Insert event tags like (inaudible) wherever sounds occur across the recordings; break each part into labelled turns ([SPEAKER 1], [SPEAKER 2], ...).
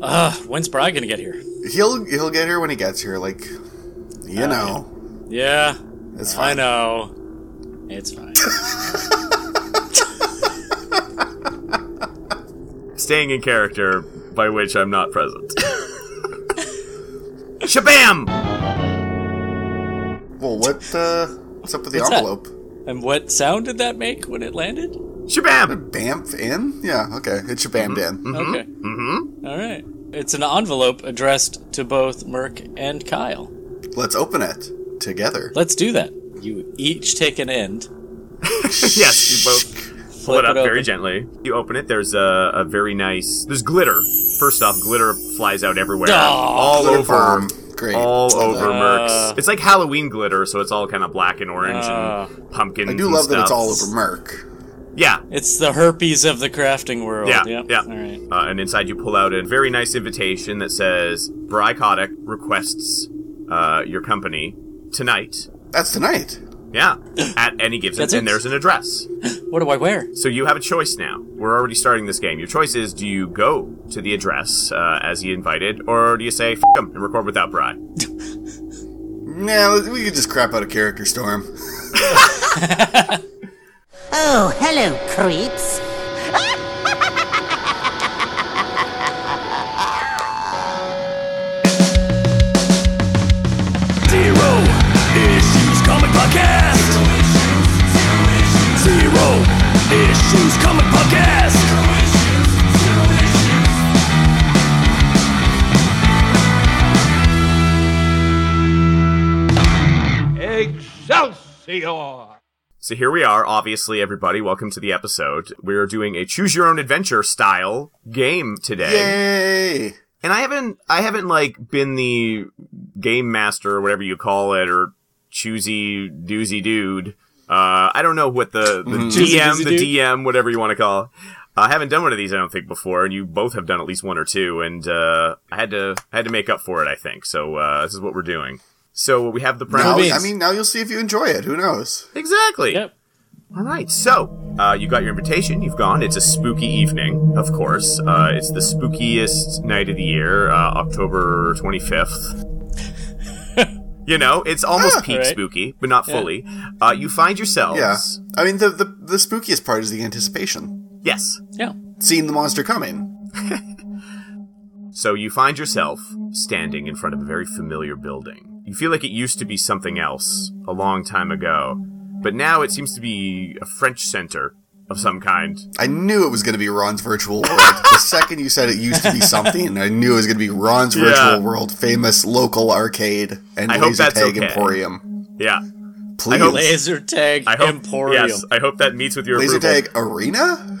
[SPEAKER 1] Uh, when's Bry gonna get here?
[SPEAKER 2] He'll he'll get here when he gets here. Like, you know,
[SPEAKER 1] Yeah,
[SPEAKER 2] it's
[SPEAKER 1] I
[SPEAKER 2] fine.
[SPEAKER 1] know. It's fine.
[SPEAKER 3] Staying in character, by which I'm not present. (laughs) Shabam!
[SPEAKER 2] Well, what uh, what's up with the
[SPEAKER 1] What's that?
[SPEAKER 2] envelope?
[SPEAKER 1] and what sound did that make when it landed?
[SPEAKER 3] Mm-hmm. Shabam! (laughs)
[SPEAKER 2] Bamf in? Yeah, okay. It's your bam in.
[SPEAKER 1] Okay. Mm-hmm. right. It's an envelope addressed to both Merc and Kyle.
[SPEAKER 3] Mm-hmm.
[SPEAKER 2] Let's open it together.
[SPEAKER 1] Let's do that. You each take an end.
[SPEAKER 3] yes, you both pull
[SPEAKER 1] Flip
[SPEAKER 3] it up very
[SPEAKER 1] open.
[SPEAKER 3] gently. You open it. There's a, a very nice. There's glitter. First off, glitter flies out everywhere, all
[SPEAKER 2] Glitter
[SPEAKER 3] over,
[SPEAKER 2] bomb. Great.
[SPEAKER 3] all over
[SPEAKER 1] Uh,
[SPEAKER 3] Mercs. It's like Halloween glitter, so it's all kind of black and orange
[SPEAKER 1] Uh,
[SPEAKER 3] and pumpkins.
[SPEAKER 2] I do
[SPEAKER 3] and
[SPEAKER 2] love that it's
[SPEAKER 3] stuff.
[SPEAKER 2] all over Merc.
[SPEAKER 3] Yeah,
[SPEAKER 1] It's the herpes of the crafting world.
[SPEAKER 3] Yeah,
[SPEAKER 1] Yep.
[SPEAKER 3] yeah.
[SPEAKER 1] All right.
[SPEAKER 3] uh, and inside you pull out a very nice invitation that says Bry Kotick requests uh, your company tonight.
[SPEAKER 2] That's tonight.
[SPEAKER 3] Yeah, at any given,
[SPEAKER 1] That's
[SPEAKER 3] and
[SPEAKER 1] it?
[SPEAKER 3] there's an address.
[SPEAKER 1] What do I wear?
[SPEAKER 3] So you have a choice now. We're already starting this game. Your choice is: do you go to the address uh, as he invited, or do you say "f him" and record without Bry?
[SPEAKER 2] Nah, we could just crap out a character storm.
[SPEAKER 4] Oh, hello, creeps.
[SPEAKER 5] Zero Issues Comic Podcast. Zero Issues Comic Podcast.
[SPEAKER 6] Excelsior!
[SPEAKER 3] So here we are. Obviously, everybody, welcome to the episode. We're doing a choose-your-own-adventure style game today.
[SPEAKER 2] Yay!
[SPEAKER 3] and I haven't I haven't like been the game master or whatever you call it or choosy doozy dude. Uh, I don't know what the, the
[SPEAKER 1] Choosy
[SPEAKER 3] DM,
[SPEAKER 1] doozy
[SPEAKER 3] the
[SPEAKER 1] dude.
[SPEAKER 3] DM, whatever you want to call. it. I haven't done one of these, I don't think, before, and you both have done at least one or two, and uh, I had to I had to make up for it, I think. So uh, this is what we're doing. So we have the
[SPEAKER 2] Now,
[SPEAKER 3] premise.
[SPEAKER 1] beans.
[SPEAKER 2] I mean, now you'll see if you enjoy it. Who knows?
[SPEAKER 3] Exactly.
[SPEAKER 1] Yep.
[SPEAKER 3] All right, so uh, you got your invitation. You've gone. It's a spooky evening, of course. Uh, it's the spookiest night of the year, uh, October
[SPEAKER 1] (laughs)
[SPEAKER 3] twenty fifth. you know, it's almost peak
[SPEAKER 1] All Ah, right.
[SPEAKER 3] spooky, but not fully. Uh, you find yourselves.
[SPEAKER 2] Yeah. I mean, the, the the spookiest part is the anticipation,
[SPEAKER 3] Yes.
[SPEAKER 1] Yeah.
[SPEAKER 2] seeing the monster coming.
[SPEAKER 3] So you find yourself standing in front of a very familiar building. You feel like it used to be something else a long time ago, but now it seems to be a French center of some kind.
[SPEAKER 2] I knew it was going to be Ron's virtual world.
[SPEAKER 3] (laughs)
[SPEAKER 2] the second you said it used to be something, I knew it was going to be Ron's virtual
[SPEAKER 3] Yeah.
[SPEAKER 2] world, famous local arcade and
[SPEAKER 3] I hope
[SPEAKER 2] laser
[SPEAKER 3] that's
[SPEAKER 2] tag
[SPEAKER 3] okay.
[SPEAKER 2] emporium.
[SPEAKER 3] Yeah.
[SPEAKER 2] Please,
[SPEAKER 3] hope-
[SPEAKER 1] Laser tag
[SPEAKER 3] I hope.
[SPEAKER 1] emporium.
[SPEAKER 3] Yes. I hope that meets with your
[SPEAKER 2] laser
[SPEAKER 3] approval.
[SPEAKER 2] tag arena.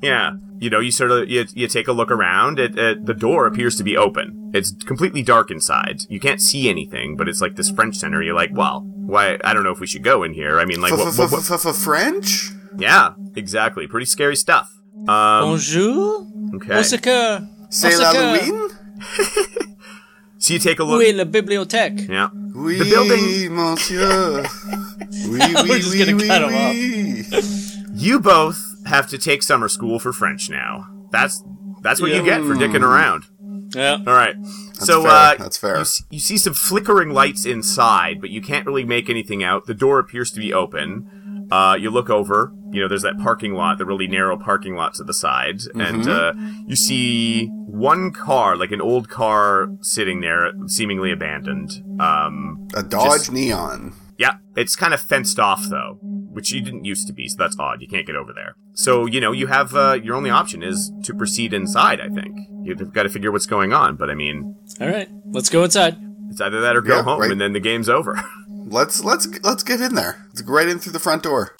[SPEAKER 3] Yeah. You know, you sort of you, you take a look around. It, it, the door appears to be open. It's completely dark inside. You can't see anything, but it's like this French center. You're like, well, why? I don't know if we should go in here. I mean, like, what, what,
[SPEAKER 2] (laughs)
[SPEAKER 3] what-
[SPEAKER 2] French.
[SPEAKER 3] yeah, exactly. Pretty scary stuff. Um,
[SPEAKER 1] Bonjour.
[SPEAKER 3] okay. So
[SPEAKER 1] Osaka.
[SPEAKER 2] C'est
[SPEAKER 1] Osaka.
[SPEAKER 2] l'Halloween.
[SPEAKER 3] you take a
[SPEAKER 1] Oui,
[SPEAKER 3] look.
[SPEAKER 1] la bibliothèque.
[SPEAKER 3] Yeah.
[SPEAKER 2] Oui,
[SPEAKER 3] The building- (laughs)
[SPEAKER 2] monsieur. Oui,
[SPEAKER 1] We're just gonna cut him off.
[SPEAKER 2] off.
[SPEAKER 3] You both have to take summer school for French now. That's that's what you get for dicking around.
[SPEAKER 1] Yeah.
[SPEAKER 3] All right. so
[SPEAKER 2] fair.
[SPEAKER 3] Uh,
[SPEAKER 2] That's fair.
[SPEAKER 3] You, s- you see some flickering lights inside, but you can't really make anything out. The door appears to be open. Uh, you look over. You know, there's that parking lot, the really narrow parking lot to the side,
[SPEAKER 2] Mm-hmm.
[SPEAKER 3] and uh, you see one car, like an old car, sitting there, seemingly abandoned. Um,
[SPEAKER 2] A Dodge
[SPEAKER 3] Just-
[SPEAKER 2] Neon.
[SPEAKER 3] yeah, it's kind of fenced off though, which you didn't used to be, so that's odd. You can't get over there. So you know, you have uh, your only option is to proceed inside. I think you've got to figure what's going on, but I mean.
[SPEAKER 1] All right. Let's go inside.
[SPEAKER 3] It's either that or go
[SPEAKER 2] Yeah,
[SPEAKER 3] home,
[SPEAKER 2] right.
[SPEAKER 3] and then the game's over. (laughs)
[SPEAKER 2] Let's let's let's get in there. Let's go right in through the front door.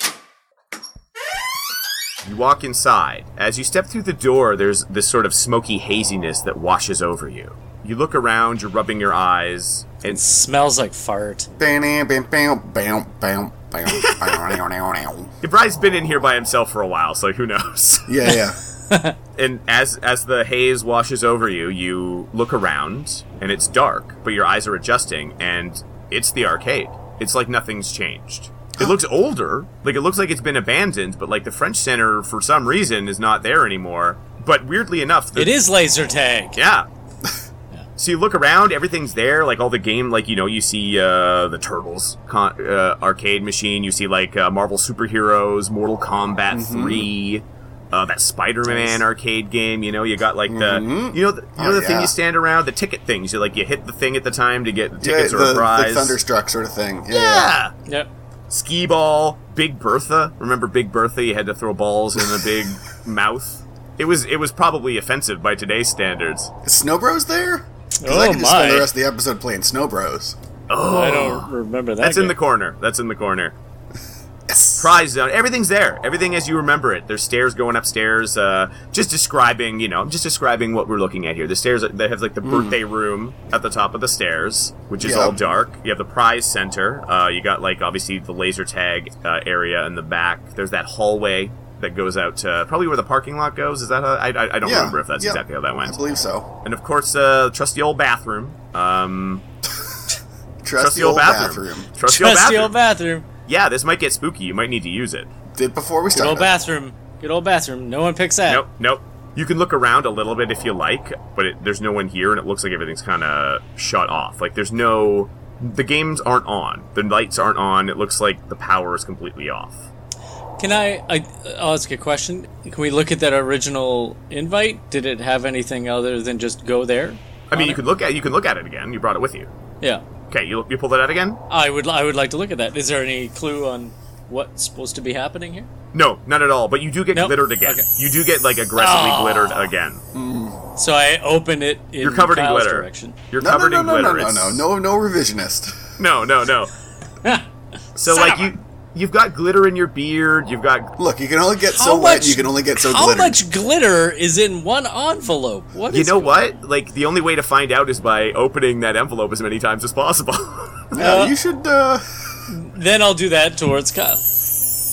[SPEAKER 3] you walk inside. As you step through the door, there's this sort of smoky haziness that washes over you. You look around, you're rubbing your eyes, and
[SPEAKER 1] Smells like fart.
[SPEAKER 2] Bam, bam, bam, bam, bam, bam, bam, bam,
[SPEAKER 3] (laughs)
[SPEAKER 2] bam.
[SPEAKER 3] Bride's been in here by himself for a while, so who (laughs) knows?
[SPEAKER 2] Yeah, yeah.
[SPEAKER 3] and as as the haze washes over you, you look around, and it's dark, but your eyes are adjusting, and it's the arcade. It's like nothing's changed. It looks older, like it looks like it's been abandoned, but like the French Center for some reason is not there anymore. But weirdly enough, the,
[SPEAKER 1] It is laser tag.
[SPEAKER 3] Yeah, (laughs) So you look around, everything's there, like all the game, like you know, you see uh, the Turtles con- uh, arcade machine, you see like uh, Marvel superheroes, Mortal Kombat three, uh, that Spider
[SPEAKER 1] Nice.
[SPEAKER 3] Man arcade game. You know, you got like
[SPEAKER 2] Mhm.
[SPEAKER 3] the you know the, you
[SPEAKER 2] Oh,
[SPEAKER 3] know the thing
[SPEAKER 2] yeah.
[SPEAKER 3] you stand around, the ticket things. You like you hit the thing at the time to get
[SPEAKER 2] Yeah,
[SPEAKER 3] tickets
[SPEAKER 2] the,
[SPEAKER 3] or a prize.
[SPEAKER 2] the thunderstruck sort of thing. Yeah.
[SPEAKER 3] yeah.
[SPEAKER 1] Yep.
[SPEAKER 3] Skee ball, Big Bertha. Remember Big Bertha? You had to throw balls in a big mouth. It was it was probably offensive by today's standards.
[SPEAKER 2] Is Snow Bros there? 'Cause I
[SPEAKER 1] Oh
[SPEAKER 2] could just spend
[SPEAKER 1] my.
[SPEAKER 2] the rest of the episode playing Snow Bros.
[SPEAKER 3] Oh,
[SPEAKER 1] I don't remember that.
[SPEAKER 3] that's in the
[SPEAKER 1] game.
[SPEAKER 3] corner. That's in the corner.
[SPEAKER 2] Yes.
[SPEAKER 3] Prize zone. Everything's there. Everything as you remember it. There's stairs going upstairs. Uh, just describing, you know, I'm just describing what we're looking at here. The stairs that have like the birthday room at the top of the stairs, which is
[SPEAKER 2] Hmm. Yeah.
[SPEAKER 3] all dark. You have the prize center. Uh, you got like obviously the laser tag uh, area in the back. There's that hallway that goes out to probably where the parking lot goes. Is that how, I, I I don't
[SPEAKER 2] Yeah,
[SPEAKER 3] remember if that's
[SPEAKER 2] yeah.
[SPEAKER 3] exactly how that
[SPEAKER 2] I
[SPEAKER 3] went.
[SPEAKER 2] believe so.
[SPEAKER 3] And of course, uh, trusty old bathroom. Um,
[SPEAKER 2] Trust,
[SPEAKER 3] trusty
[SPEAKER 2] the old bathroom.
[SPEAKER 3] Trusty, old
[SPEAKER 1] Trusty
[SPEAKER 3] bathroom.
[SPEAKER 1] old bathroom.
[SPEAKER 3] yeah, this might get spooky. You might need to use it.
[SPEAKER 2] Did before we
[SPEAKER 1] Good old
[SPEAKER 2] started.
[SPEAKER 1] bathroom. Good old bathroom. No one picks that.
[SPEAKER 3] Nope, nope. You can look around a little bit if you like, but it, there's no one here, and it looks like everything's kind of shut off. Like there's no, the games aren't on, the lights aren't on. It looks like the power is completely off.
[SPEAKER 1] Can I, I? I'll ask a question. Can we look at that original invite? Did it have anything other than just go there?
[SPEAKER 3] I mean,
[SPEAKER 1] on
[SPEAKER 3] you
[SPEAKER 1] it?
[SPEAKER 3] could look at you can look at it again. You brought it with you.
[SPEAKER 1] Yeah,
[SPEAKER 3] Okay, you, you pull that out again?
[SPEAKER 1] I would. I would like to look at that. Is there any clue on what's supposed to be happening here?
[SPEAKER 3] No, not at all. But you do get
[SPEAKER 1] Nope.
[SPEAKER 3] glittered again.
[SPEAKER 1] Okay.
[SPEAKER 3] You do get like aggressively
[SPEAKER 1] Ah.
[SPEAKER 3] glittered again.
[SPEAKER 1] So I open it. In
[SPEAKER 3] You're covered in
[SPEAKER 1] Kyle's
[SPEAKER 3] glitter.
[SPEAKER 1] Direction.
[SPEAKER 3] You're
[SPEAKER 2] No, no,
[SPEAKER 3] covered
[SPEAKER 2] no,
[SPEAKER 3] in
[SPEAKER 2] no, no,
[SPEAKER 3] glitter.
[SPEAKER 2] no, no,
[SPEAKER 3] It's-
[SPEAKER 2] no, no revisionist.
[SPEAKER 3] no,
[SPEAKER 1] (laughs)
[SPEAKER 3] no, no. So
[SPEAKER 1] Son
[SPEAKER 3] like
[SPEAKER 1] of a-
[SPEAKER 3] you, you've got glitter in your beard. You've got
[SPEAKER 2] Look, you can only get
[SPEAKER 1] How
[SPEAKER 2] so wet.
[SPEAKER 1] much-
[SPEAKER 2] You can only get so
[SPEAKER 1] How
[SPEAKER 2] glittered.
[SPEAKER 1] much glitter is in one envelope? What
[SPEAKER 3] You
[SPEAKER 1] is
[SPEAKER 3] know
[SPEAKER 1] going-
[SPEAKER 3] what? Like the only way to find out is by opening that envelope as many times as possible. (laughs) All
[SPEAKER 2] Yeah,
[SPEAKER 1] Uh,
[SPEAKER 2] you should. Uh,
[SPEAKER 1] Then I'll do that towards Kyle.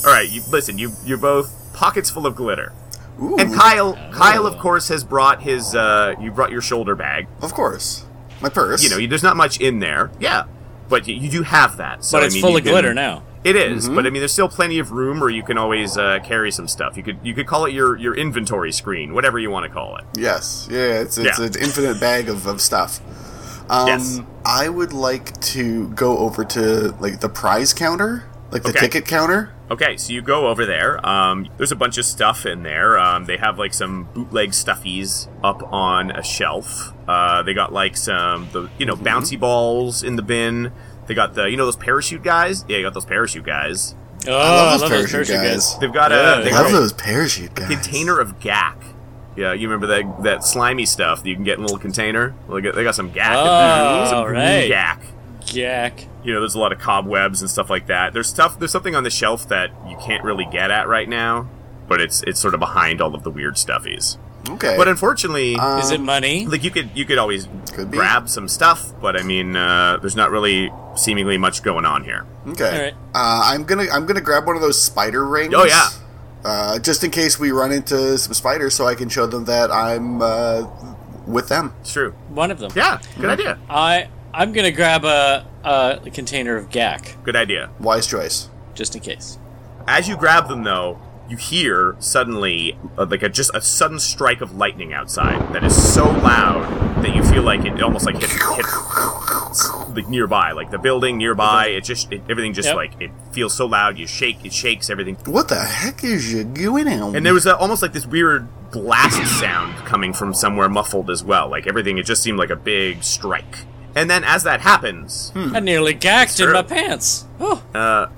[SPEAKER 3] right, you listen. You you're both pockets full of glitter.
[SPEAKER 2] ooh,
[SPEAKER 3] And Kyle, Kyle, of course, has brought his. Uh, you brought your shoulder bag.
[SPEAKER 2] of course, my purse.
[SPEAKER 3] You know, you, there's not much in there. Yeah, but you, you do have that. So
[SPEAKER 1] But
[SPEAKER 3] I
[SPEAKER 1] it's
[SPEAKER 3] mean,
[SPEAKER 1] full
[SPEAKER 3] you
[SPEAKER 1] of glitter
[SPEAKER 3] can-
[SPEAKER 1] now.
[SPEAKER 3] It is, but I mean, there's still plenty of room, where you can always uh, carry some stuff. You could you could call it your your inventory screen, whatever you want to call it.
[SPEAKER 2] Yes. Yeah. It's it's
[SPEAKER 3] Yeah.
[SPEAKER 2] an infinite bag of, of stuff. Um,
[SPEAKER 3] Yes.
[SPEAKER 2] I would like to go over to like the prize counter, like the
[SPEAKER 3] Okay.
[SPEAKER 2] ticket counter.
[SPEAKER 3] Okay, so you go over there. Um, there's a bunch of stuff in there. Um, they have like some bootleg stuffies up on a shelf. Uh, they got like some the
[SPEAKER 1] Mm-hmm.
[SPEAKER 3] you know bouncy balls in the bin. They got the you know those parachute guys. Yeah, you got those parachute guys.
[SPEAKER 1] Oh,
[SPEAKER 3] Uh,
[SPEAKER 1] I
[SPEAKER 2] love those
[SPEAKER 1] love those
[SPEAKER 2] parachute
[SPEAKER 1] parachute guys.
[SPEAKER 2] guys.
[SPEAKER 3] They've got
[SPEAKER 1] Yeah.
[SPEAKER 3] a they
[SPEAKER 1] Big
[SPEAKER 2] Love
[SPEAKER 3] got a
[SPEAKER 2] those parachute guys.
[SPEAKER 3] container of gack. Yeah, you remember that that slimy stuff that you can get in a little container. Well, They got, they got some gack. in
[SPEAKER 1] Oh,
[SPEAKER 3] there. Some
[SPEAKER 1] right.
[SPEAKER 3] gack.
[SPEAKER 1] Jack.
[SPEAKER 3] you know there's a lot of cobwebs and stuff like that there's stuff there's something on the shelf that you can't really get at right now but it's it's sort of behind all of the weird stuffies
[SPEAKER 2] Okay.
[SPEAKER 3] but unfortunately
[SPEAKER 1] Is it money?
[SPEAKER 3] like you could you could always
[SPEAKER 2] Um, Could be.
[SPEAKER 3] grab some stuff but i mean uh, there's not really seemingly much going on here
[SPEAKER 2] okay.
[SPEAKER 1] Alright.
[SPEAKER 2] Uh, I'm gonna I'm gonna grab one of those spider rings.
[SPEAKER 3] Oh, yeah.
[SPEAKER 2] Uh, just in case we run into some spiders, so I can show them that I'm uh, with them.
[SPEAKER 3] it's true
[SPEAKER 1] One of them.
[SPEAKER 3] yeah good idea
[SPEAKER 1] I I'm gonna grab a, a container of gack
[SPEAKER 3] good idea
[SPEAKER 2] Wise choice.
[SPEAKER 1] just in case.
[SPEAKER 3] as you grab them though you hear suddenly uh, like a just a sudden strike of lightning outside that is so loud that you feel like it almost like hit, hit like nearby, like the building nearby. It just it, everything just
[SPEAKER 1] Yep.
[SPEAKER 3] like it feels so loud. You shake, it shakes everything,
[SPEAKER 2] What the heck is you going on?
[SPEAKER 3] and there was a, almost like this weird blast sound coming from somewhere muffled as well. Like everything, it just seemed like a big strike. And then as that happens,
[SPEAKER 1] I nearly gacked in
[SPEAKER 3] Hmm. true.
[SPEAKER 1] my pants. Oh,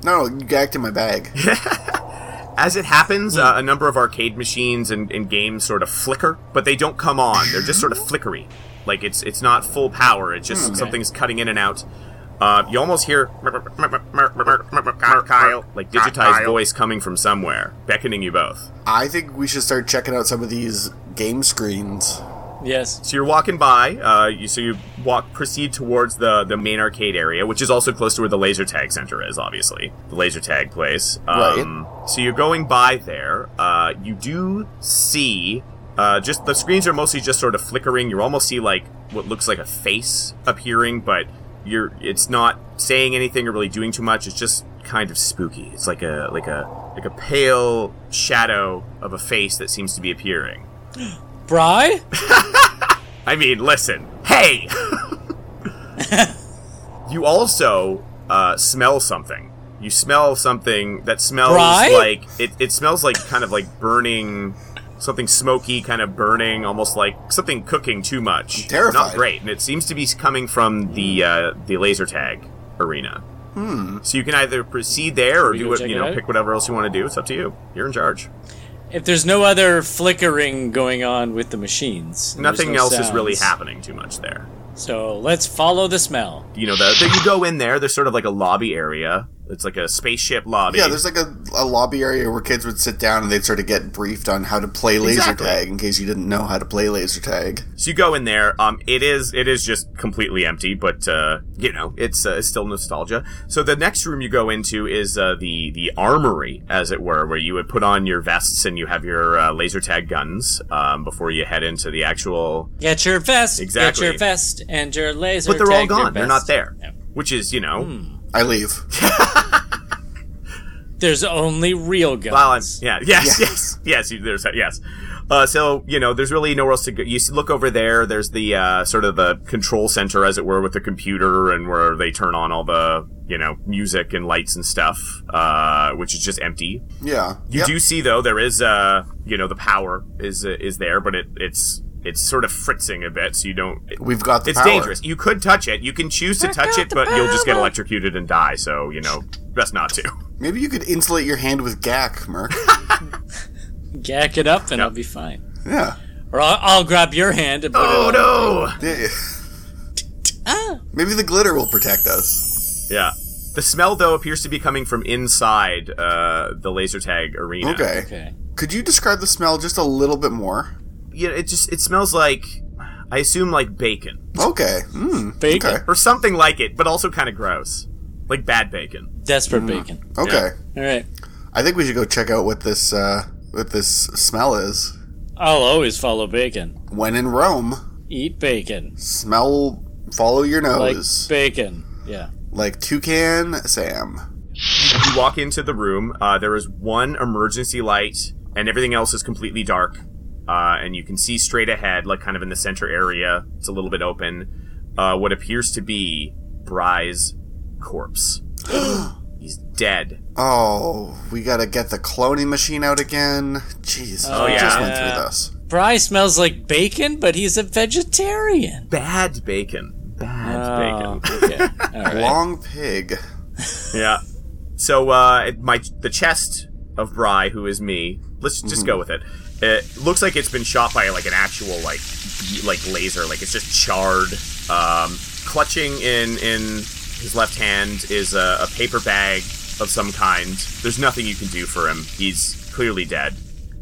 [SPEAKER 2] no, you gagged in my
[SPEAKER 3] (laughs)
[SPEAKER 2] bag.
[SPEAKER 3] as it happens, uh, a number of arcade machines and, and games sort of flicker, but they don't come on. They're just sort of flickery. Like it's it's not full power. It's just something's cutting in and out. Uh, you almost hear Kyle, like digitized voice coming from somewhere, beckoning you both.
[SPEAKER 2] I think we should start checking out some of these game screens.
[SPEAKER 1] yes.
[SPEAKER 3] So you're walking by. Uh, you so you walk proceed towards the the main arcade area, which is also close to where the laser tag center is. Obviously, the laser tag place. Um, So you're going by there. Uh, you do see. Uh, just the screens are mostly just sort of flickering. You almost see like what looks like a face appearing, but you're it's not saying anything or really doing too much. It's just kind of spooky. It's like a like a like a pale shadow of a face that seems to be appearing.
[SPEAKER 1] Bry?
[SPEAKER 3] I mean, listen. Hey! (laughs) you also uh, smell something. You smell something that smells
[SPEAKER 1] Bride?
[SPEAKER 3] like it, it smells like kind of like burning something smoky, kind of burning, almost like something cooking too much.
[SPEAKER 2] terrified.
[SPEAKER 3] Not great. And it seems to be coming from the uh, the laser tag arena. Hmm. So you can either proceed there or
[SPEAKER 1] we
[SPEAKER 3] do
[SPEAKER 1] go
[SPEAKER 3] what
[SPEAKER 1] check
[SPEAKER 3] you
[SPEAKER 1] it
[SPEAKER 3] know,
[SPEAKER 1] out?
[SPEAKER 3] pick whatever else you want to do. It's up to you. You're in charge.
[SPEAKER 1] If there's no other flickering going on with the machines, and there's
[SPEAKER 3] Nothing
[SPEAKER 1] no
[SPEAKER 3] else is really
[SPEAKER 1] sounds,
[SPEAKER 3] happening too much there.
[SPEAKER 1] So let's follow the smell.
[SPEAKER 3] you know, the, the, you go in there. There's sort of like a lobby area. It's like a spaceship lobby.
[SPEAKER 2] Yeah, there's like a, a lobby area where kids would sit down and they'd sort of get briefed on how to play laser
[SPEAKER 3] Exactly.
[SPEAKER 2] tag in case you didn't know how to play laser tag.
[SPEAKER 3] so you go in there. Um, it is it is just completely empty, but uh, you know, it's uh, it's still nostalgia. So the next room you go into is uh, the the armory, as it were, where you would put on your vests and you have your uh, laser tag guns um, before you head into the actual
[SPEAKER 1] Get your vest.
[SPEAKER 3] Exactly.
[SPEAKER 1] Get your vest and your laser.
[SPEAKER 3] but they're all
[SPEAKER 1] tag, your
[SPEAKER 3] gone. They're not
[SPEAKER 1] vest.
[SPEAKER 3] there,
[SPEAKER 1] Yeah.
[SPEAKER 3] which is you
[SPEAKER 2] Hmm.
[SPEAKER 3] know,
[SPEAKER 2] I leave.
[SPEAKER 1] There's only real guns.
[SPEAKER 3] Well, I'm, yeah, yes, yes,
[SPEAKER 2] Yes.
[SPEAKER 3] yes, you- there's that, yes. Uh, so you know, there's really nowhere else to go. You s- look over there. There's the uh, sort of the control center, as it were, with the computer and where they turn on all the you know music and lights and stuff, uh, which is just empty.
[SPEAKER 2] Yeah.
[SPEAKER 3] You
[SPEAKER 2] Yep.
[SPEAKER 3] do see though there is uh, you know the power is uh, is there, but it it's it's sort of fritzing a bit, so you don't. it-
[SPEAKER 2] We've got the
[SPEAKER 3] it's
[SPEAKER 2] power.
[SPEAKER 3] dangerous. You could touch it. You can choose to touch it, but you'll just get electrocuted and die. So you know, best not to.
[SPEAKER 2] Maybe you could insulate your hand with
[SPEAKER 1] (laughs)
[SPEAKER 2] gack, Merc.
[SPEAKER 1] Gack it up and I'll be fine. (laughs)
[SPEAKER 2] yeah.
[SPEAKER 1] Or I'll, I'll grab your hand and put
[SPEAKER 3] Oh
[SPEAKER 1] it. on.
[SPEAKER 3] no!
[SPEAKER 2] Yeah. Maybe the glitter will protect us.
[SPEAKER 3] Yeah. The smell, though, appears to be coming from inside uh, the laser tag arena.
[SPEAKER 2] Okay.
[SPEAKER 1] Okay.
[SPEAKER 2] Could you describe the smell just a little bit more?
[SPEAKER 3] Yeah, it just it smells like I assume like bacon
[SPEAKER 2] Okay. Mm,
[SPEAKER 1] Bacon.
[SPEAKER 2] Okay.
[SPEAKER 3] or something like it, but also kind of gross, like bad bacon.
[SPEAKER 1] Desperate bacon.
[SPEAKER 2] Okay.
[SPEAKER 1] Hmm. All right.
[SPEAKER 2] I think we should go check out what this uh, what this smell is.
[SPEAKER 1] I'll always follow bacon.
[SPEAKER 2] When in Rome,
[SPEAKER 1] Eat bacon.
[SPEAKER 2] smell, follow your
[SPEAKER 1] Like
[SPEAKER 2] nose,
[SPEAKER 1] bacon. Yeah.
[SPEAKER 2] like toucan Sam.
[SPEAKER 3] You walk into the room. Uh, there is one emergency light, and everything else is completely dark. Uh, and you can see straight ahead, like kind of in the center area. It's a little bit open. Uh, what appears to be Bry's corpse. He's dead.
[SPEAKER 2] Oh, we gotta get the cloning machine out again. Jeez, we
[SPEAKER 3] yeah.
[SPEAKER 2] just went
[SPEAKER 1] Oh, Yeah.
[SPEAKER 2] through this.
[SPEAKER 1] Bry smells like bacon, but he's a
[SPEAKER 3] (laughs)
[SPEAKER 1] vegetarian.
[SPEAKER 3] Bad bacon. Bad bacon.
[SPEAKER 1] Oh, okay. All right.
[SPEAKER 2] Long pig.
[SPEAKER 3] Yeah. So uh, it- my the chest of Bry, who is me, let's just go with it. It looks like it's been shot by like an actual like b- like laser, like it's just charred. Um, clutching in in his left hand is a, a paper bag of some kind. There's nothing you can do for him. He's clearly dead.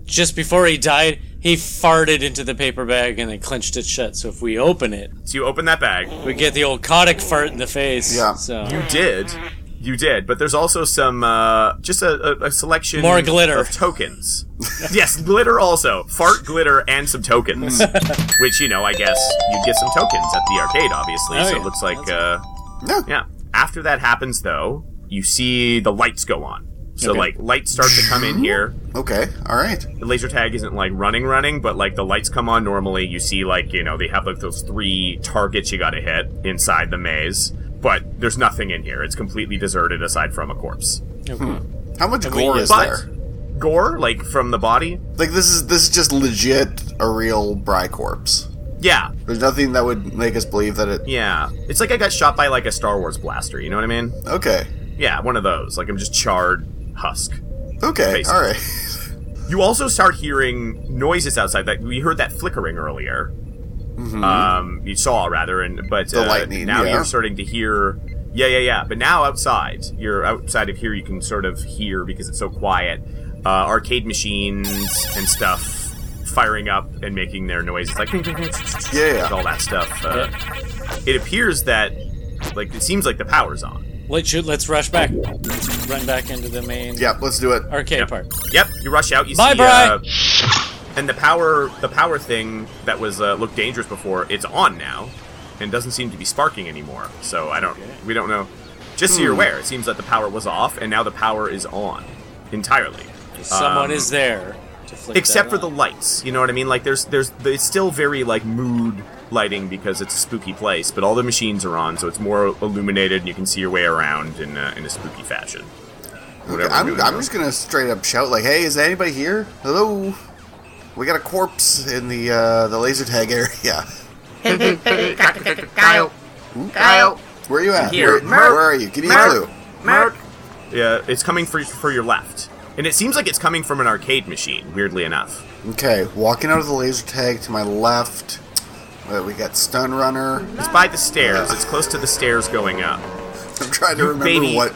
[SPEAKER 1] Just before he died, he farted into the paper bag and then clenched it shut. So if we open it,
[SPEAKER 3] So you open that bag.
[SPEAKER 1] we get the old codic fart in the face.
[SPEAKER 2] Yeah.
[SPEAKER 1] So
[SPEAKER 3] You did. You did, but there's also some uh, just a, a, a selection
[SPEAKER 1] More glitter.
[SPEAKER 3] of tokens. (laughs) yes, glitter also, fart glitter, and
[SPEAKER 1] (laughs)
[SPEAKER 3] some tokens. which you know, I guess you'd get some tokens at the arcade, obviously.
[SPEAKER 1] Oh,
[SPEAKER 3] so it
[SPEAKER 1] yeah.
[SPEAKER 3] looks like, uh,
[SPEAKER 1] That's-
[SPEAKER 2] Yeah.
[SPEAKER 3] yeah. After that happens, though, you see the lights go on. So
[SPEAKER 1] Okay.
[SPEAKER 3] like lights start to come in here.
[SPEAKER 2] Okay. All right.
[SPEAKER 3] The laser tag isn't like running, running, but like the lights come on normally. You see like you know they have like those three targets you got to hit inside the maze, but there's nothing in here. It's completely deserted aside from a corpse.
[SPEAKER 2] How much
[SPEAKER 1] we-
[SPEAKER 2] gore is
[SPEAKER 3] but
[SPEAKER 2] there?
[SPEAKER 3] gore like from the body,
[SPEAKER 2] Like this is this is just legit a real Bry corpse.
[SPEAKER 3] yeah,
[SPEAKER 2] There's nothing that would make us believe that it.
[SPEAKER 3] yeah. It's like I got shot by like a Star Wars blaster. You know what I mean?
[SPEAKER 2] Okay.
[SPEAKER 3] Yeah, one of those. Like I'm just charred husk.
[SPEAKER 2] Okay.
[SPEAKER 3] Basically.
[SPEAKER 2] All right. (laughs)
[SPEAKER 3] You also start hearing noises outside. That we heard that flickering earlier. Um, you saw rather, and but
[SPEAKER 2] Mm-hmm. The
[SPEAKER 3] uh,
[SPEAKER 2] lightning,
[SPEAKER 3] Now
[SPEAKER 2] yeah.
[SPEAKER 3] you're starting to hear. Yeah, yeah, yeah. But now outside, you're outside of here. You can sort of hear because it's so quiet. Uh, arcade machines and stuff firing up and making their noises like
[SPEAKER 2] Yeah, yeah.
[SPEAKER 3] all that stuff. Uh, It appears that like it seems like the power's on.
[SPEAKER 1] let's shoot. Let's rush back. Run back into the main
[SPEAKER 2] Yeah. Let's do it.
[SPEAKER 1] arcade
[SPEAKER 3] Yep.
[SPEAKER 1] part.
[SPEAKER 3] Yep, you rush out. You
[SPEAKER 1] Bye,
[SPEAKER 3] see,
[SPEAKER 1] Bri.
[SPEAKER 3] uh, and the power, the power thing that was uh, looked dangerous before, it's on now, and doesn't seem to be sparking anymore. So I don't, we don't know. Just so you're aware, it seems that the power was off, and now the power is on entirely, Um,
[SPEAKER 1] Someone is there. To flick
[SPEAKER 3] except
[SPEAKER 1] that
[SPEAKER 3] for
[SPEAKER 1] on.
[SPEAKER 3] the lights. You know what I mean? Like there's, there's, it's still very like mood lighting because it's a spooky place, but all the machines are on, so it's more illuminated and you can see your way around in a, in a spooky fashion. Whatever we're
[SPEAKER 2] I'm,
[SPEAKER 3] doing
[SPEAKER 2] I'm
[SPEAKER 3] now.
[SPEAKER 2] just gonna straight up shout like, "Hey, is anybody here? Hello? We got a corpse in the uh, the laser tag area. (laughs)
[SPEAKER 6] Kyle. Kyle.
[SPEAKER 2] Where are you at?
[SPEAKER 6] Here.
[SPEAKER 2] Where,
[SPEAKER 6] Merp.
[SPEAKER 2] where are you? Give me
[SPEAKER 6] Merp.
[SPEAKER 2] a clue.
[SPEAKER 6] Mark.
[SPEAKER 3] Yeah, it's coming for, for your left. And it seems like it's coming from an arcade machine, weirdly enough.
[SPEAKER 2] Okay, walking out of the laser tag to my left. Uh, we got stun runner.
[SPEAKER 3] It's by the stairs. It's close to the stairs going up.
[SPEAKER 2] I'm trying to remember
[SPEAKER 3] baby.
[SPEAKER 2] what.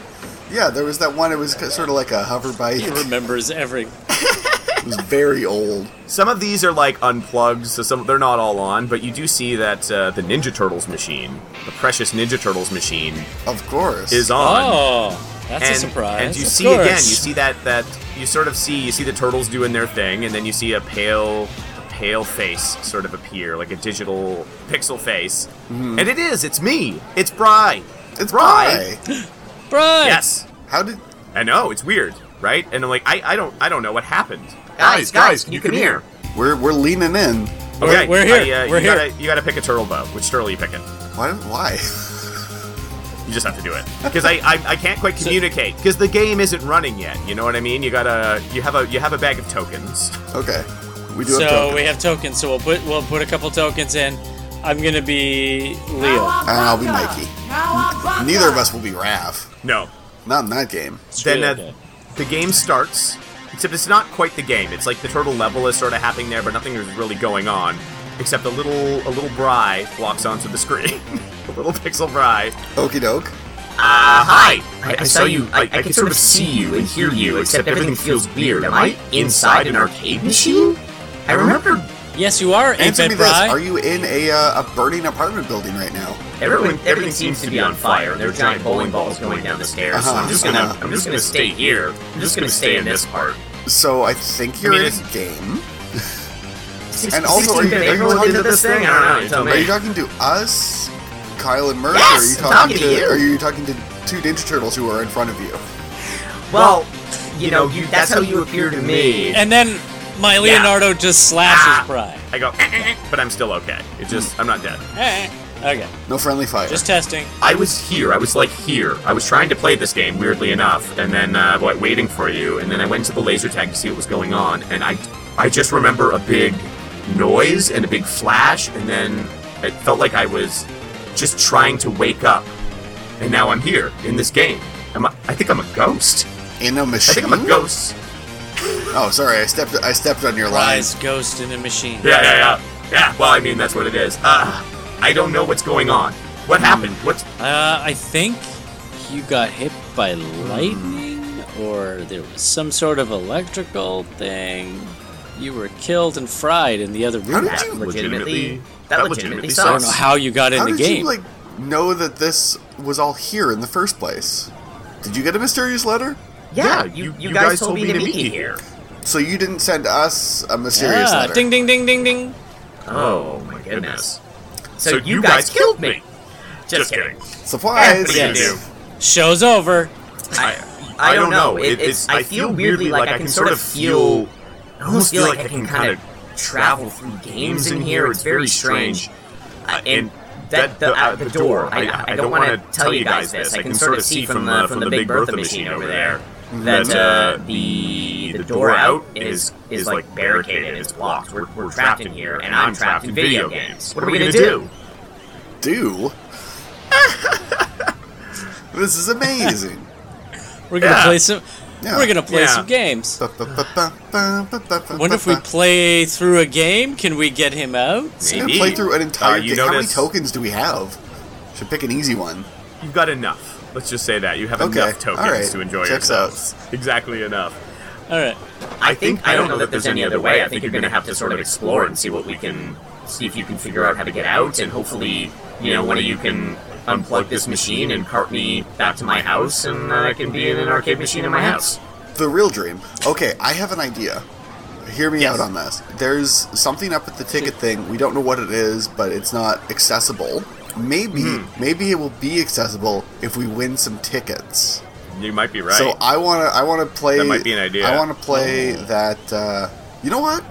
[SPEAKER 2] Yeah, there was that one. It was sort of like a hover bike.
[SPEAKER 1] He
[SPEAKER 2] It
[SPEAKER 1] remembers every.
[SPEAKER 2] was very old.
[SPEAKER 3] Some of these are like unplugged, so some they're not all on. But you do see that uh, the Ninja Turtles machine, the precious Ninja Turtles machine,
[SPEAKER 2] Of course.
[SPEAKER 3] is on.
[SPEAKER 1] Oh, that's a
[SPEAKER 3] and,
[SPEAKER 1] surprise.
[SPEAKER 3] And you
[SPEAKER 1] Of
[SPEAKER 3] see
[SPEAKER 1] course.
[SPEAKER 3] again, you see that that you sort of see you see the turtles doing their thing, and then you see a pale a pale face sort of appear, like a digital pixel face. And it is, it's me. It's Bry.
[SPEAKER 2] It's Bry.
[SPEAKER 1] Brian.
[SPEAKER 3] Yes.
[SPEAKER 2] How did?
[SPEAKER 3] I know, it's weird, right? And I'm like, I, I don't I don't know what happened.
[SPEAKER 6] Guys, guys, can you come here?
[SPEAKER 2] We're we're leaning in.
[SPEAKER 1] We're-
[SPEAKER 3] Okay,
[SPEAKER 1] we're here,
[SPEAKER 3] I, uh,
[SPEAKER 1] we're
[SPEAKER 3] you
[SPEAKER 1] here.
[SPEAKER 3] gotta you gotta pick a turtle bow. Which turtle are you picking?
[SPEAKER 2] Why? Why? (laughs)
[SPEAKER 3] You just have to
[SPEAKER 1] (laughs)
[SPEAKER 3] do it because I, I I can't quite communicate because the game isn't running yet. You know what I mean? You gotta you have a you have a bag of tokens. (laughs)
[SPEAKER 2] Okay. We do have
[SPEAKER 1] So
[SPEAKER 2] tokens.
[SPEAKER 1] we have tokens. So we'll put we'll put a couple tokens in. I'm gonna be Leo.
[SPEAKER 2] and I'll be Ah, Mikey. Neither of us will be Rav.
[SPEAKER 3] No,
[SPEAKER 2] Not in that game.
[SPEAKER 1] It's
[SPEAKER 3] then
[SPEAKER 1] really
[SPEAKER 3] uh,
[SPEAKER 1] good.
[SPEAKER 3] the game starts. Except it's not quite the game. It's like the turtle level is sort of happening there, but nothing is really going on. Except a little a little Bry walks onto the screen. (laughs) a little pixel Bry.
[SPEAKER 2] Okie doke.
[SPEAKER 3] Uh, hi.
[SPEAKER 6] I- I saw you. I- I can sort of see you and hear you, except everything feels weird. Am I inside an arcade machine? I remember
[SPEAKER 1] yes, you are.
[SPEAKER 2] Answer
[SPEAKER 1] Ape
[SPEAKER 2] me
[SPEAKER 1] and
[SPEAKER 2] this:
[SPEAKER 1] Bry.
[SPEAKER 2] Are you in a uh, a burning apartment building right now?
[SPEAKER 6] everyone. Everything seems to be on fire. There are giant bowling balls going down the stairs. So I'm just gonna.
[SPEAKER 2] Uh-huh.
[SPEAKER 6] I'm just gonna stay here. I'm just gonna stay in this part.
[SPEAKER 2] So I think you're
[SPEAKER 3] mean,
[SPEAKER 2] in a
[SPEAKER 3] it's-
[SPEAKER 2] game. And also, are you, are you
[SPEAKER 6] Everyone did
[SPEAKER 2] talking,
[SPEAKER 6] this thing. I don't know. You tell
[SPEAKER 2] are you
[SPEAKER 6] me.
[SPEAKER 2] talking to us, Kyle and Murph? or
[SPEAKER 6] Yes, I'm
[SPEAKER 2] are you talking
[SPEAKER 6] talking to
[SPEAKER 2] to?
[SPEAKER 6] you.
[SPEAKER 2] Are you talking to two Ninja Turtles who are in front of you?
[SPEAKER 6] Well, you know, you. That's how you appear to me.
[SPEAKER 1] And then my Leonardo just
[SPEAKER 3] Ah.
[SPEAKER 1] slashes Bry.
[SPEAKER 3] I go, (laughs) but I'm still okay. It just I'm not dead.
[SPEAKER 1] Eh. Okay,
[SPEAKER 2] No friendly fire.
[SPEAKER 1] just testing.
[SPEAKER 6] I was here. I was like here. I was trying to play this game, weirdly enough, and then uh, what, waiting for you, and then I went to the laser tag to see what was going on, and I, I just remember a big noise and a big flash, and then it felt like I was just trying to wake up, and now I'm here in this game. I'm a, I think I'm a ghost.
[SPEAKER 2] in a
[SPEAKER 6] I
[SPEAKER 2] machine.
[SPEAKER 6] think I'm a ghost.
[SPEAKER 2] Oh, sorry, I stepped I stepped on your line.
[SPEAKER 1] Bry's ghost in a machine.
[SPEAKER 6] Yeah, yeah, yeah. Yeah. Well, I mean that's what it is. Uh, I don't know what's going on. What happened? What's
[SPEAKER 1] Uh, I think you got hit by lightning, or there was some sort of electrical thing. You were killed and fried in the other room.
[SPEAKER 2] did
[SPEAKER 1] I
[SPEAKER 2] you-
[SPEAKER 6] that legitimately?
[SPEAKER 3] legitimately-
[SPEAKER 6] That
[SPEAKER 3] that
[SPEAKER 6] legitimately
[SPEAKER 3] legitimately
[SPEAKER 1] don't
[SPEAKER 6] sucks.
[SPEAKER 1] know how you got in
[SPEAKER 2] How
[SPEAKER 1] the
[SPEAKER 2] did
[SPEAKER 1] game.
[SPEAKER 2] you like know that this was all here in the first place? Did you get a mysterious letter?
[SPEAKER 6] Yeah, you, you, guys, told me to meet you here.
[SPEAKER 2] So you didn't send us a mysterious
[SPEAKER 6] Ah,
[SPEAKER 1] yeah,
[SPEAKER 2] letter.
[SPEAKER 1] Ah, ding ding ding ding ding.
[SPEAKER 6] Oh my goodness.
[SPEAKER 7] So you guys killed me.
[SPEAKER 6] Just kidding.
[SPEAKER 2] Supplies.
[SPEAKER 1] Yeah,
[SPEAKER 6] you do.
[SPEAKER 1] Show's over.
[SPEAKER 6] I, I don't know. It, it's, I feel weirdly like I can sort of feel. I almost feel like I can kind of travel through games in here. It's very strange. Uh, and that the, uh, the door. I, I- I don't want to tell you guys this. I can sort of see from the from the Big Bertha machine over there that uh, the the door out is is like barricaded. It's blocked. We're, we're trapped in here, and I'm trapped in video games. What are we gonna do?
[SPEAKER 2] do. (laughs) this is
[SPEAKER 3] (laughs)
[SPEAKER 2] amazing.
[SPEAKER 1] We're gonna
[SPEAKER 6] Yeah.
[SPEAKER 1] play some.
[SPEAKER 2] Yeah.
[SPEAKER 1] We're gonna play
[SPEAKER 6] Yeah.
[SPEAKER 1] some games. Wonder
[SPEAKER 2] Wonder
[SPEAKER 1] if we play through a game, can we get him out?
[SPEAKER 2] play through an entire
[SPEAKER 3] Uh, you
[SPEAKER 2] game. How many
[SPEAKER 3] notice-
[SPEAKER 2] tokens do we have? Should pick an easy one.
[SPEAKER 3] You've got enough. Let's just say that you have
[SPEAKER 2] Okay,
[SPEAKER 3] enough tokens
[SPEAKER 2] all right.
[SPEAKER 3] to enjoy
[SPEAKER 2] Checks out.
[SPEAKER 3] yourselves. Exactly enough.
[SPEAKER 1] All right.
[SPEAKER 6] I think I don't know that there's any other way. I think you're gonna have to sort of explore and see what we can see if you can figure out how to get out, and hopefully, you know, one of you can unplug this machine and cart me back to my house, and I can be in an arcade machine in my house.
[SPEAKER 2] The real dream. Okay, I have an idea. Hear me out on this. There's something up at the ticket thing. We don't know what it is, but it's not accessible. Maybe,
[SPEAKER 3] Hmm.
[SPEAKER 2] maybe it will be accessible if we win some tickets.
[SPEAKER 3] You might be right.
[SPEAKER 2] So I wanna, I wanna play.
[SPEAKER 3] That might be an idea.
[SPEAKER 2] I wanna play that. Uh, you know what?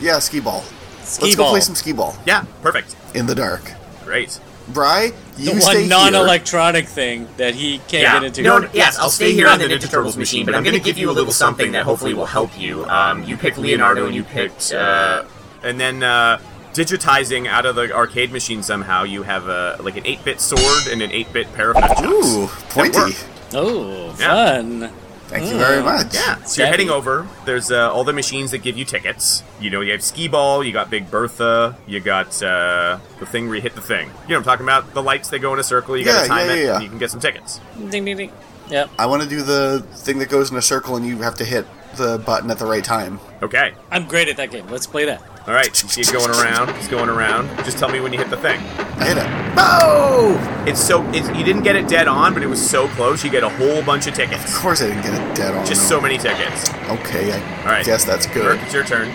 [SPEAKER 2] Yeah, skee ball.
[SPEAKER 1] Skee
[SPEAKER 2] Let's go
[SPEAKER 1] ball.
[SPEAKER 2] play some skee ball
[SPEAKER 3] Yeah, perfect.
[SPEAKER 2] in the dark.
[SPEAKER 3] Great.
[SPEAKER 2] Bri, you
[SPEAKER 1] the
[SPEAKER 2] stay
[SPEAKER 1] one
[SPEAKER 2] here.
[SPEAKER 1] non-electronic thing that he can't
[SPEAKER 3] Yeah.
[SPEAKER 1] get into.
[SPEAKER 3] No,
[SPEAKER 6] No,
[SPEAKER 3] no,
[SPEAKER 6] yes, I'll stay here on the Ninja Turtles machine, but I'm going to give you a little something that hopefully will help you. Um, you picked Leonardo and you picked. Uh,
[SPEAKER 3] And then uh, digitizing out of the arcade machine somehow, you have a like an 8-bit sword and an 8-bit pair of nunchucks.
[SPEAKER 2] Ooh,
[SPEAKER 3] That
[SPEAKER 2] pointy.
[SPEAKER 3] worked.
[SPEAKER 1] Oh,
[SPEAKER 3] Yeah.
[SPEAKER 1] fun.
[SPEAKER 2] Thank you very much.
[SPEAKER 3] Yeah, so you're
[SPEAKER 1] Savvy.
[SPEAKER 3] heading over. There's uh, all the machines that give you tickets. You know, you have Skee Ball, you got Big Bertha, you got uh, the thing where you hit the thing. You know what I'm talking about? The lights that go in a circle, you
[SPEAKER 2] Yeah,
[SPEAKER 3] gotta time
[SPEAKER 2] yeah,
[SPEAKER 3] it,
[SPEAKER 2] yeah, yeah.
[SPEAKER 3] and you can get some tickets.
[SPEAKER 1] Ding ding ding. Yep.
[SPEAKER 2] I want to do the thing that goes in a circle and you have to hit the button at the right time.
[SPEAKER 3] Okay.
[SPEAKER 1] I'm great at that game. Let's play that.
[SPEAKER 3] All right, you see it going around. It's going around. Just tell me when you hit the thing.
[SPEAKER 2] I hit it.
[SPEAKER 3] Oh! It's so it's, you didn't get it dead on, but it was so close. You get a whole bunch of
[SPEAKER 2] Of
[SPEAKER 3] tickets.
[SPEAKER 2] course I didn't get it dead on.
[SPEAKER 3] Just so many tickets.
[SPEAKER 2] Okay, I
[SPEAKER 3] All right.
[SPEAKER 2] guess that's
[SPEAKER 3] Kirk,
[SPEAKER 2] good.
[SPEAKER 3] it's your turn.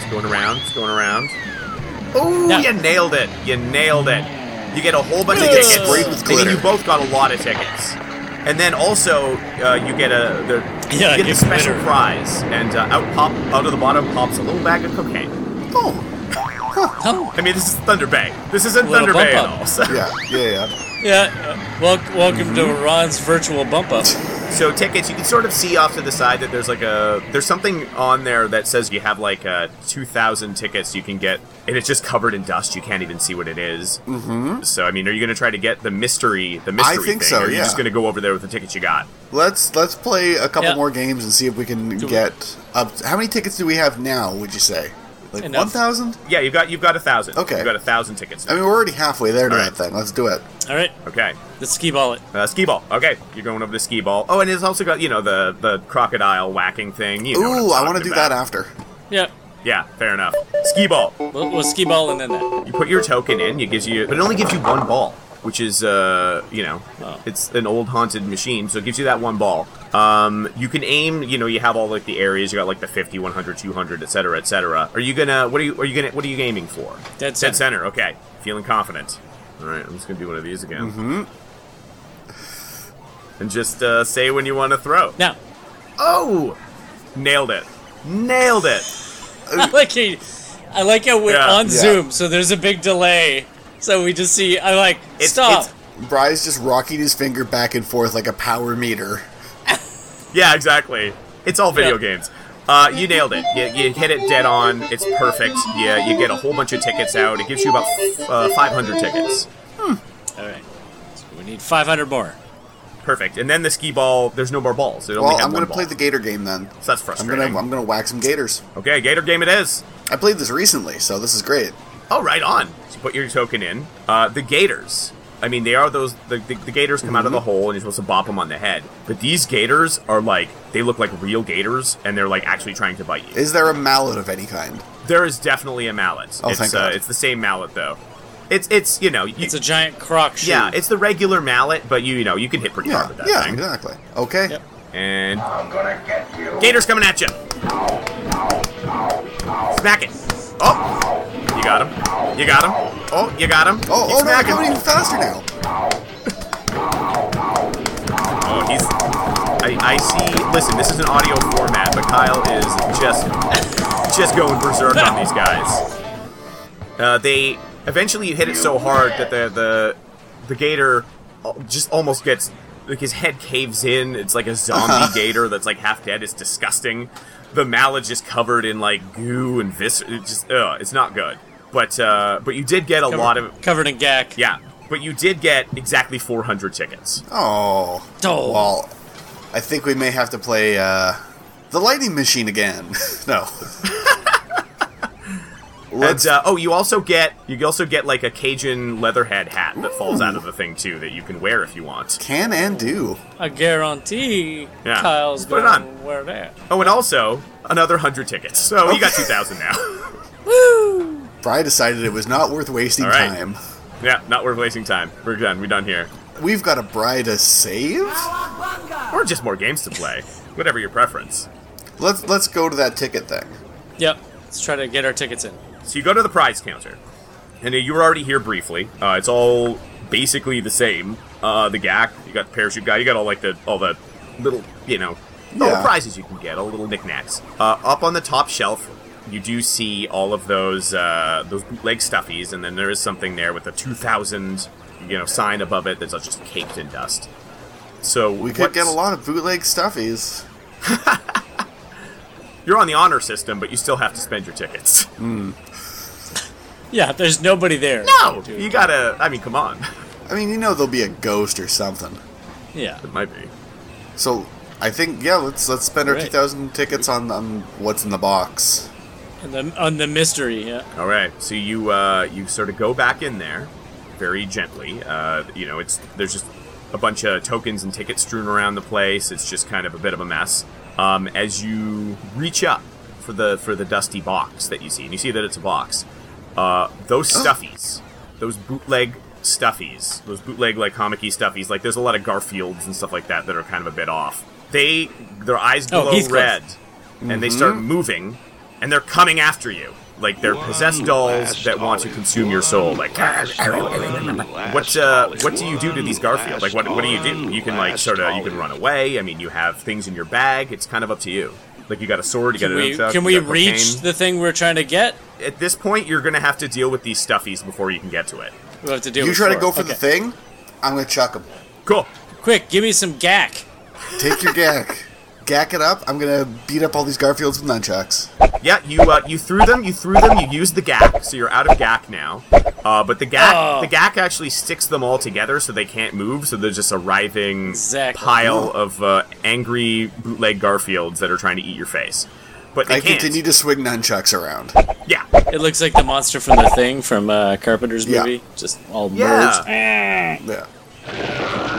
[SPEAKER 3] It's going around. It's going around. Oh,
[SPEAKER 1] Yeah.
[SPEAKER 3] you nailed it! You nailed it! You get a whole bunch of
[SPEAKER 1] Ugh.
[SPEAKER 3] tickets,
[SPEAKER 2] Sprayed with
[SPEAKER 3] and
[SPEAKER 2] glitter.
[SPEAKER 3] you both got a lot of tickets. And then also, uh, you get a (laughs) the,
[SPEAKER 1] Yeah,
[SPEAKER 3] you get
[SPEAKER 1] you
[SPEAKER 3] the special
[SPEAKER 1] glitter.
[SPEAKER 3] prize, and uh, out pop out of the bottom pops a little bag of cocaine.
[SPEAKER 2] Oh,
[SPEAKER 1] Oh.
[SPEAKER 3] I mean, this is Thunder Bay. This isn't
[SPEAKER 1] Little
[SPEAKER 3] Thunder Bay at
[SPEAKER 1] bump up.
[SPEAKER 3] all. So,
[SPEAKER 2] yeah, yeah, yeah.
[SPEAKER 1] Yeah. uh, wel- welcome
[SPEAKER 2] Mm-hmm.
[SPEAKER 1] to Ron's virtual bump up.
[SPEAKER 3] so tickets, you can sort of see off to the side that there's like a there's something on there that says you have like uh, two thousand tickets you can get, and it's just covered in dust. You can't even see what it is. So I mean, are you going to try to get the mystery? The mystery
[SPEAKER 2] Mm-hmm. think
[SPEAKER 3] thing,
[SPEAKER 2] so,
[SPEAKER 3] Or are you
[SPEAKER 2] yeah.
[SPEAKER 3] just going to go over there with the tickets you got?
[SPEAKER 2] Let's let's play a couple
[SPEAKER 1] Yeah.
[SPEAKER 2] more games and see if we can
[SPEAKER 1] we-
[SPEAKER 2] get up. How many tickets do we have now? Would you say like
[SPEAKER 1] Enough.
[SPEAKER 2] one thousand?
[SPEAKER 3] Yeah, you've got you've got a thousand.
[SPEAKER 2] Okay.
[SPEAKER 3] you've got a thousand tickets.
[SPEAKER 2] I mean, we're already halfway there to
[SPEAKER 3] All
[SPEAKER 2] that thing. Let's do it.
[SPEAKER 1] All right.
[SPEAKER 3] okay.
[SPEAKER 1] Let's skee ball it.
[SPEAKER 3] Uh, skee ball. Okay, you're going over the skee ball. Oh, and it's also got you know the the crocodile whacking thing. You know what I'm
[SPEAKER 2] Ooh, I want to do
[SPEAKER 3] talking about.
[SPEAKER 2] that after.
[SPEAKER 1] Yeah.
[SPEAKER 3] Yeah, fair enough. Skee ball.
[SPEAKER 1] We'll, we'll skee ball and then that.
[SPEAKER 3] You put your token in. It gives you, but it only gives you one ball, which is uh, you know,
[SPEAKER 1] Oh.
[SPEAKER 3] it's an old haunted machine, so it gives you that one ball. Um, you can aim. You know, you have all like the areas. You got like the 50, 100, 200, etc., etc. Are you gonna? What are you? Are you gonna? What are you aiming for?
[SPEAKER 1] Dead
[SPEAKER 3] Dead
[SPEAKER 1] center.
[SPEAKER 3] center. Okay, feeling confident. All right, I'm just gonna do one of these again. Mm-hmm. And just uh, say when you want to throw.
[SPEAKER 1] Now.
[SPEAKER 3] Oh, nailed it! Nailed it!
[SPEAKER 1] (laughs) I like he, I like how we're
[SPEAKER 3] Yeah.
[SPEAKER 1] on
[SPEAKER 2] Yeah.
[SPEAKER 1] Zoom, so there's a big delay. So we just see. I like
[SPEAKER 3] It's-
[SPEAKER 1] stop.
[SPEAKER 3] it's-
[SPEAKER 2] Bry's just rocking his finger back and forth like a power meter.
[SPEAKER 3] Yeah, exactly. It's all video
[SPEAKER 1] Yeah.
[SPEAKER 3] games. Uh, you nailed it. You, you hit it dead on. It's perfect. Yeah, you get a whole bunch of tickets out. It gives you about uh, 500 tickets.
[SPEAKER 1] All right. So we need 500 more.
[SPEAKER 3] Perfect. And then the skee ball. There's no more balls. It only
[SPEAKER 2] Well,
[SPEAKER 3] had
[SPEAKER 2] I'm
[SPEAKER 3] one
[SPEAKER 2] gonna play
[SPEAKER 3] ball.
[SPEAKER 2] the Gator game then.
[SPEAKER 3] So that's
[SPEAKER 2] I'm
[SPEAKER 3] frustrating.
[SPEAKER 2] gonna I'm gonna whack some Gators.
[SPEAKER 3] Okay, Gator game it is.
[SPEAKER 2] I played this recently, so this is great.
[SPEAKER 3] Oh, right on. So put your token in. Uh, the Gators. I mean, they are those. The, the, the Gators come out of the
[SPEAKER 2] Mm-hmm.
[SPEAKER 3] hole, and you're supposed to bop them on the head. But these Gators are like they look like real Gators, and they're like actually trying to bite you.
[SPEAKER 2] Is there a mallet of any kind?
[SPEAKER 3] There is definitely a mallet.
[SPEAKER 2] Oh,
[SPEAKER 3] it's,
[SPEAKER 2] thank
[SPEAKER 3] uh,
[SPEAKER 2] God.
[SPEAKER 3] It's the same mallet though. It's it's you know you,
[SPEAKER 1] It's a giant croc shoe.
[SPEAKER 3] yeah it's the regular mallet, but you you know you can hit pretty
[SPEAKER 2] Yeah,
[SPEAKER 3] hard with that
[SPEAKER 2] yeah,
[SPEAKER 3] thing.
[SPEAKER 2] exactly. Okay.
[SPEAKER 1] Yep.
[SPEAKER 3] And Gator's coming at you. Smack it. Oh, you got him. You got him. Oh, you got him.
[SPEAKER 2] Oh,
[SPEAKER 3] He's
[SPEAKER 2] oh no, I'm
[SPEAKER 3] smacking.
[SPEAKER 2] coming even faster now.
[SPEAKER 3] Oh, he's. I, I see. Listen, this is an audio format, but Kyle is just just going berserk on these guys. Uh, they eventually you hit it so hard that the the the gator al- just almost gets like his head caves in. It's like a zombie gator that's like half dead. It's disgusting. The mallet just covered in like goo and viscera. It just ugh, it's not good. But uh, but you did get a
[SPEAKER 1] Covered-
[SPEAKER 3] lot of
[SPEAKER 1] covered in gack.
[SPEAKER 3] yeah. But you did get exactly 400 tickets.
[SPEAKER 2] Oh.
[SPEAKER 1] Oh.
[SPEAKER 2] Well, I think we may have to play uh, the lightning machine again. (laughs) no. Let's.
[SPEAKER 3] And, uh, oh, you also get you also get like a Cajun leatherhead hat that falls out of the thing too that you can wear if you want.
[SPEAKER 2] can and do.
[SPEAKER 1] I guarantee
[SPEAKER 3] Yeah.
[SPEAKER 1] Kyle's
[SPEAKER 3] Put it
[SPEAKER 1] gonna
[SPEAKER 3] on.
[SPEAKER 1] wear that.
[SPEAKER 3] Oh, and also another hundred tickets. So you got two thousand now. (laughs)
[SPEAKER 1] Woo!
[SPEAKER 2] Bry decided it was not worth wasting
[SPEAKER 3] All right.
[SPEAKER 2] time.
[SPEAKER 3] yeah, not worth wasting time. We're done. We're done here.
[SPEAKER 2] We've got a Bry to save.
[SPEAKER 3] Or just more games to play, whatever your preference.
[SPEAKER 2] Let's let's go to that ticket thing.
[SPEAKER 1] Yep. Let's try to get our tickets in.
[SPEAKER 3] So you go to the prize counter, and uh, you were already here briefly. Uh, it's all basically the same. Uh, the GAC, you got the parachute guy, you got all like the all the little you know little
[SPEAKER 2] Yeah.
[SPEAKER 3] prizes you can get, all the little knickknacks. Uh, up on the top shelf you do see all of those uh, those bootleg stuffies, and then there is something there with a two thousand you know sign above it that's just caked in dust. So
[SPEAKER 2] We could get a lot of bootleg stuffies.
[SPEAKER 3] You're on the honor system, but you still have to spend your tickets. (laughs)
[SPEAKER 1] Yeah, there's nobody there.
[SPEAKER 3] No, you gotta. I mean, come on. (laughs)
[SPEAKER 2] I mean, you know there'll be a ghost or something.
[SPEAKER 1] Yeah.
[SPEAKER 3] It might be.
[SPEAKER 2] So I think yeah, let's let's spend our
[SPEAKER 1] Right.
[SPEAKER 2] two thousand tickets on, on what's in the box.
[SPEAKER 1] And the, on the mystery, yeah.
[SPEAKER 3] All right, so you uh, you sort of go back in there, very gently. Uh, you know, it's there's just a bunch of tokens and tickets strewn around the place. It's just kind of a bit of a mess. Um, as you reach up for the for the dusty box that you see, and you see that it's a box. Uh, those stuffies, those bootleg stuffies, those bootleg like comic-y stuffies. Like there's a lot of Garfields and stuff like that that are kind of a bit off. They their eyes
[SPEAKER 1] Oh,
[SPEAKER 3] glow
[SPEAKER 1] Heathcliff.
[SPEAKER 3] red, and they start moving, and they're coming after you. Like they're possessed dolls that want to consume your soul. Like, what? Uh, what do you do to these Garfield? Like, what? What do you do? You can like sort of you can run away. I mean, you have things in your bag. It's kind of up to you. Like, you got a sword. You got
[SPEAKER 1] Can
[SPEAKER 3] an
[SPEAKER 1] we,
[SPEAKER 3] nunchuck,
[SPEAKER 1] can
[SPEAKER 3] you
[SPEAKER 1] we
[SPEAKER 3] got
[SPEAKER 1] reach
[SPEAKER 3] cocaine.
[SPEAKER 1] the thing we're trying to get?
[SPEAKER 3] At this point, you're gonna have to deal with these stuffies before you can get to it.
[SPEAKER 1] We'll have to do
[SPEAKER 2] You
[SPEAKER 1] it
[SPEAKER 2] try to go
[SPEAKER 1] before.
[SPEAKER 2] for the
[SPEAKER 1] Okay.
[SPEAKER 2] thing, I'm gonna chuck him.
[SPEAKER 3] Cool.
[SPEAKER 1] Quick, give me some gack.
[SPEAKER 2] Take your gack, gack it up. I'm gonna beat up all these Garfields with nunchucks.
[SPEAKER 3] Yeah, you uh, you threw them, you threw them, you used the gack, so you're out of gack now. Uh, but the gack
[SPEAKER 1] Oh.
[SPEAKER 3] the gack actually sticks them all together, so they can't move. So they're just a writhing
[SPEAKER 1] Exactly.
[SPEAKER 3] pile of uh, angry bootleg Garfields that are trying to eat your face. But they
[SPEAKER 2] I
[SPEAKER 3] can't.
[SPEAKER 2] continue to swing nunchucks around.
[SPEAKER 3] Yeah,
[SPEAKER 1] It looks like the monster from the thing from uh, Carpenter's
[SPEAKER 2] Yeah.
[SPEAKER 1] movie. Just all merged.
[SPEAKER 3] yeah.
[SPEAKER 2] Yeah.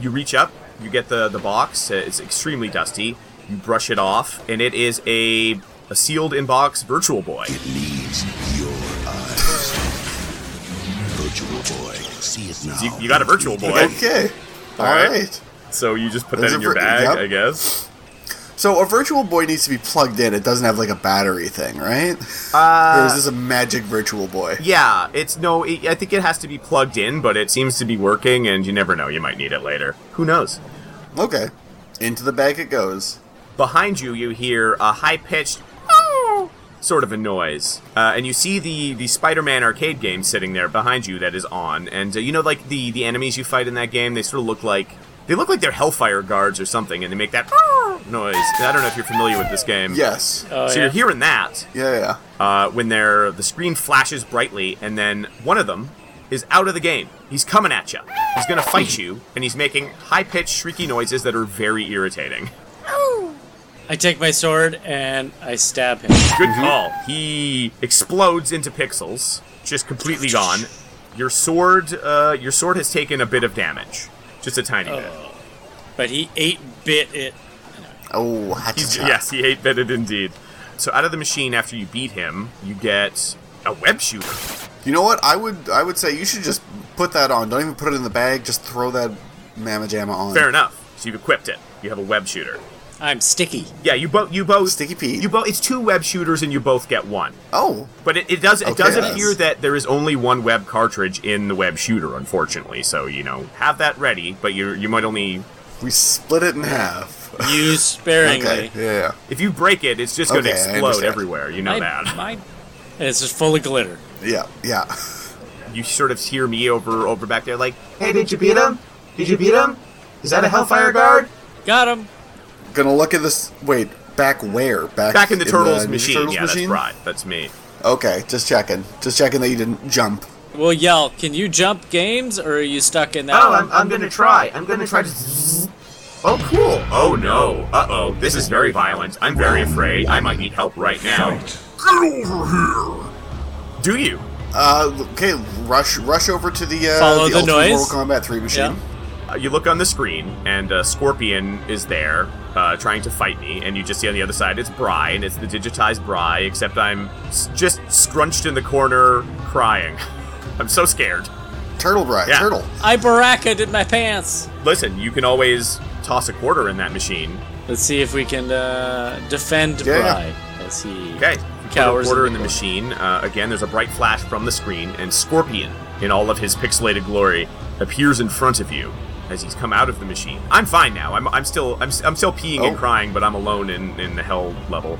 [SPEAKER 3] You reach up, you get the the box. uh, It's extremely dusty. You brush it off, and it is a a sealed in box Virtual Boy.
[SPEAKER 8] needs your eyes. Virtual boy, see it now.
[SPEAKER 3] You, you got a Virtual Boy,
[SPEAKER 2] Okay. All
[SPEAKER 3] right.
[SPEAKER 2] right.
[SPEAKER 3] so you just put
[SPEAKER 2] There's
[SPEAKER 3] that in
[SPEAKER 2] a
[SPEAKER 3] your
[SPEAKER 2] vir-
[SPEAKER 3] bag,
[SPEAKER 2] yep.
[SPEAKER 3] I guess.
[SPEAKER 2] So a virtual boy needs to be plugged in. It doesn't have like a battery thing, right? Uh, or is this a magic virtual boy?
[SPEAKER 3] Yeah, it's no. It, I think it has to be plugged in, but it seems to be working, and you never know. You might need it later. Who knows?
[SPEAKER 2] Okay. Into the bag it goes.
[SPEAKER 3] Behind you, you hear a high-pitched sort of a noise, uh, and you see the the Spider-Man arcade game sitting there behind you that is on. And uh, you know, like the the enemies you fight in that game, they sort of look like they look like they're Hellfire guards or something, and they make that noise. I don't know if you're familiar with this game.
[SPEAKER 2] Yes.
[SPEAKER 1] Oh,
[SPEAKER 3] so
[SPEAKER 1] yeah.
[SPEAKER 3] you're hearing that,
[SPEAKER 2] yeah, yeah.
[SPEAKER 3] uh, when their the screen flashes brightly, and then one of them is out of the game. He's coming at you. He's gonna fight you, and he's making high-pitched, shrieky noises that are very irritating.
[SPEAKER 1] I take my sword and I stab him.
[SPEAKER 3] Good call. He explodes into pixels, just completely gone. Your sword, uh, your sword has taken a bit of damage, just a tiny bit.
[SPEAKER 1] But he eight bit it.
[SPEAKER 2] Oh, hatcha
[SPEAKER 3] He's, yes, he hate bitted indeed. So out of the machine after you beat him, you get a web shooter.
[SPEAKER 2] You know what? I would I would say you should just put that on. Don't even put it in the bag. Just throw that mamma jamma on.
[SPEAKER 3] Fair enough. So you've equipped it. You have a web shooter.
[SPEAKER 1] I'm sticky.
[SPEAKER 3] Yeah, you both. You both.
[SPEAKER 2] Sticky Pete.
[SPEAKER 3] You both. It's two web shooters, and you both get one.
[SPEAKER 2] Oh,
[SPEAKER 3] But it, it does. It
[SPEAKER 2] Okay,
[SPEAKER 3] does
[SPEAKER 2] that's-
[SPEAKER 3] appear that there is only one web cartridge in the web shooter, unfortunately. So you know, have that ready. But you you might only
[SPEAKER 2] we split it in half. (laughs)
[SPEAKER 1] Use sparingly.
[SPEAKER 2] okay. Yeah, yeah.
[SPEAKER 3] if you break it, it's just going to
[SPEAKER 2] Okay, I
[SPEAKER 3] explode
[SPEAKER 2] understand.
[SPEAKER 3] everywhere. You know
[SPEAKER 1] My-
[SPEAKER 3] that.
[SPEAKER 1] my- and it's just full of glitter.
[SPEAKER 2] Yeah. Yeah. (laughs)
[SPEAKER 3] You sort of hear me over over back there, like,
[SPEAKER 9] Hey, did you beat him? Did you beat him? Is that a Hellfire guard?
[SPEAKER 1] Got him.
[SPEAKER 2] Gonna look at this. Wait, back where? Back
[SPEAKER 3] back in the turtles
[SPEAKER 2] Ninja
[SPEAKER 3] machine.
[SPEAKER 2] Turtles
[SPEAKER 3] yeah, that's right. That's me.
[SPEAKER 2] Okay, just checking. Just checking that you didn't jump.
[SPEAKER 1] We'll yell, can you jump games or are you stuck in that
[SPEAKER 9] Oh,
[SPEAKER 1] one?"
[SPEAKER 9] I'm, I'm gonna try. I'm gonna try to. zzz. Oh, cool.
[SPEAKER 3] Oh no! Uh oh! This is very violent. I'm very afraid. I might need help right now.
[SPEAKER 8] Get over here!
[SPEAKER 3] Do you?
[SPEAKER 2] Uh, okay, rush, rush over to the uh,
[SPEAKER 1] Follow the
[SPEAKER 2] Ultimate
[SPEAKER 1] noise.
[SPEAKER 2] Mortal Kombat Three machine.
[SPEAKER 1] Yeah.
[SPEAKER 3] Uh, you look on the screen, and uh, Scorpion is there uh, trying to fight me, and you just see on the other side it's Bry, and it's the digitized Bry, except I'm s- just scrunched in the corner crying. (laughs) I'm so scared.
[SPEAKER 2] Turtle Bride,
[SPEAKER 3] Yeah.
[SPEAKER 2] turtle.
[SPEAKER 1] I baraka did my pants.
[SPEAKER 3] Listen, you can always toss a quarter in that machine.
[SPEAKER 1] Let's see if we can uh, defend
[SPEAKER 2] Yeah, yeah.
[SPEAKER 1] Bry as he
[SPEAKER 3] Okay.
[SPEAKER 1] cowers.
[SPEAKER 3] Put a quarter in
[SPEAKER 1] the
[SPEAKER 3] the machine. Uh, again, there's a bright flash from the screen, and Scorpion, in all of his pixelated glory, appears in front of you. as he's come out of the machine. I'm fine now. I'm, I'm still I'm, I'm still peeing
[SPEAKER 2] Oh.
[SPEAKER 3] and crying, but I'm alone in, in the hell level.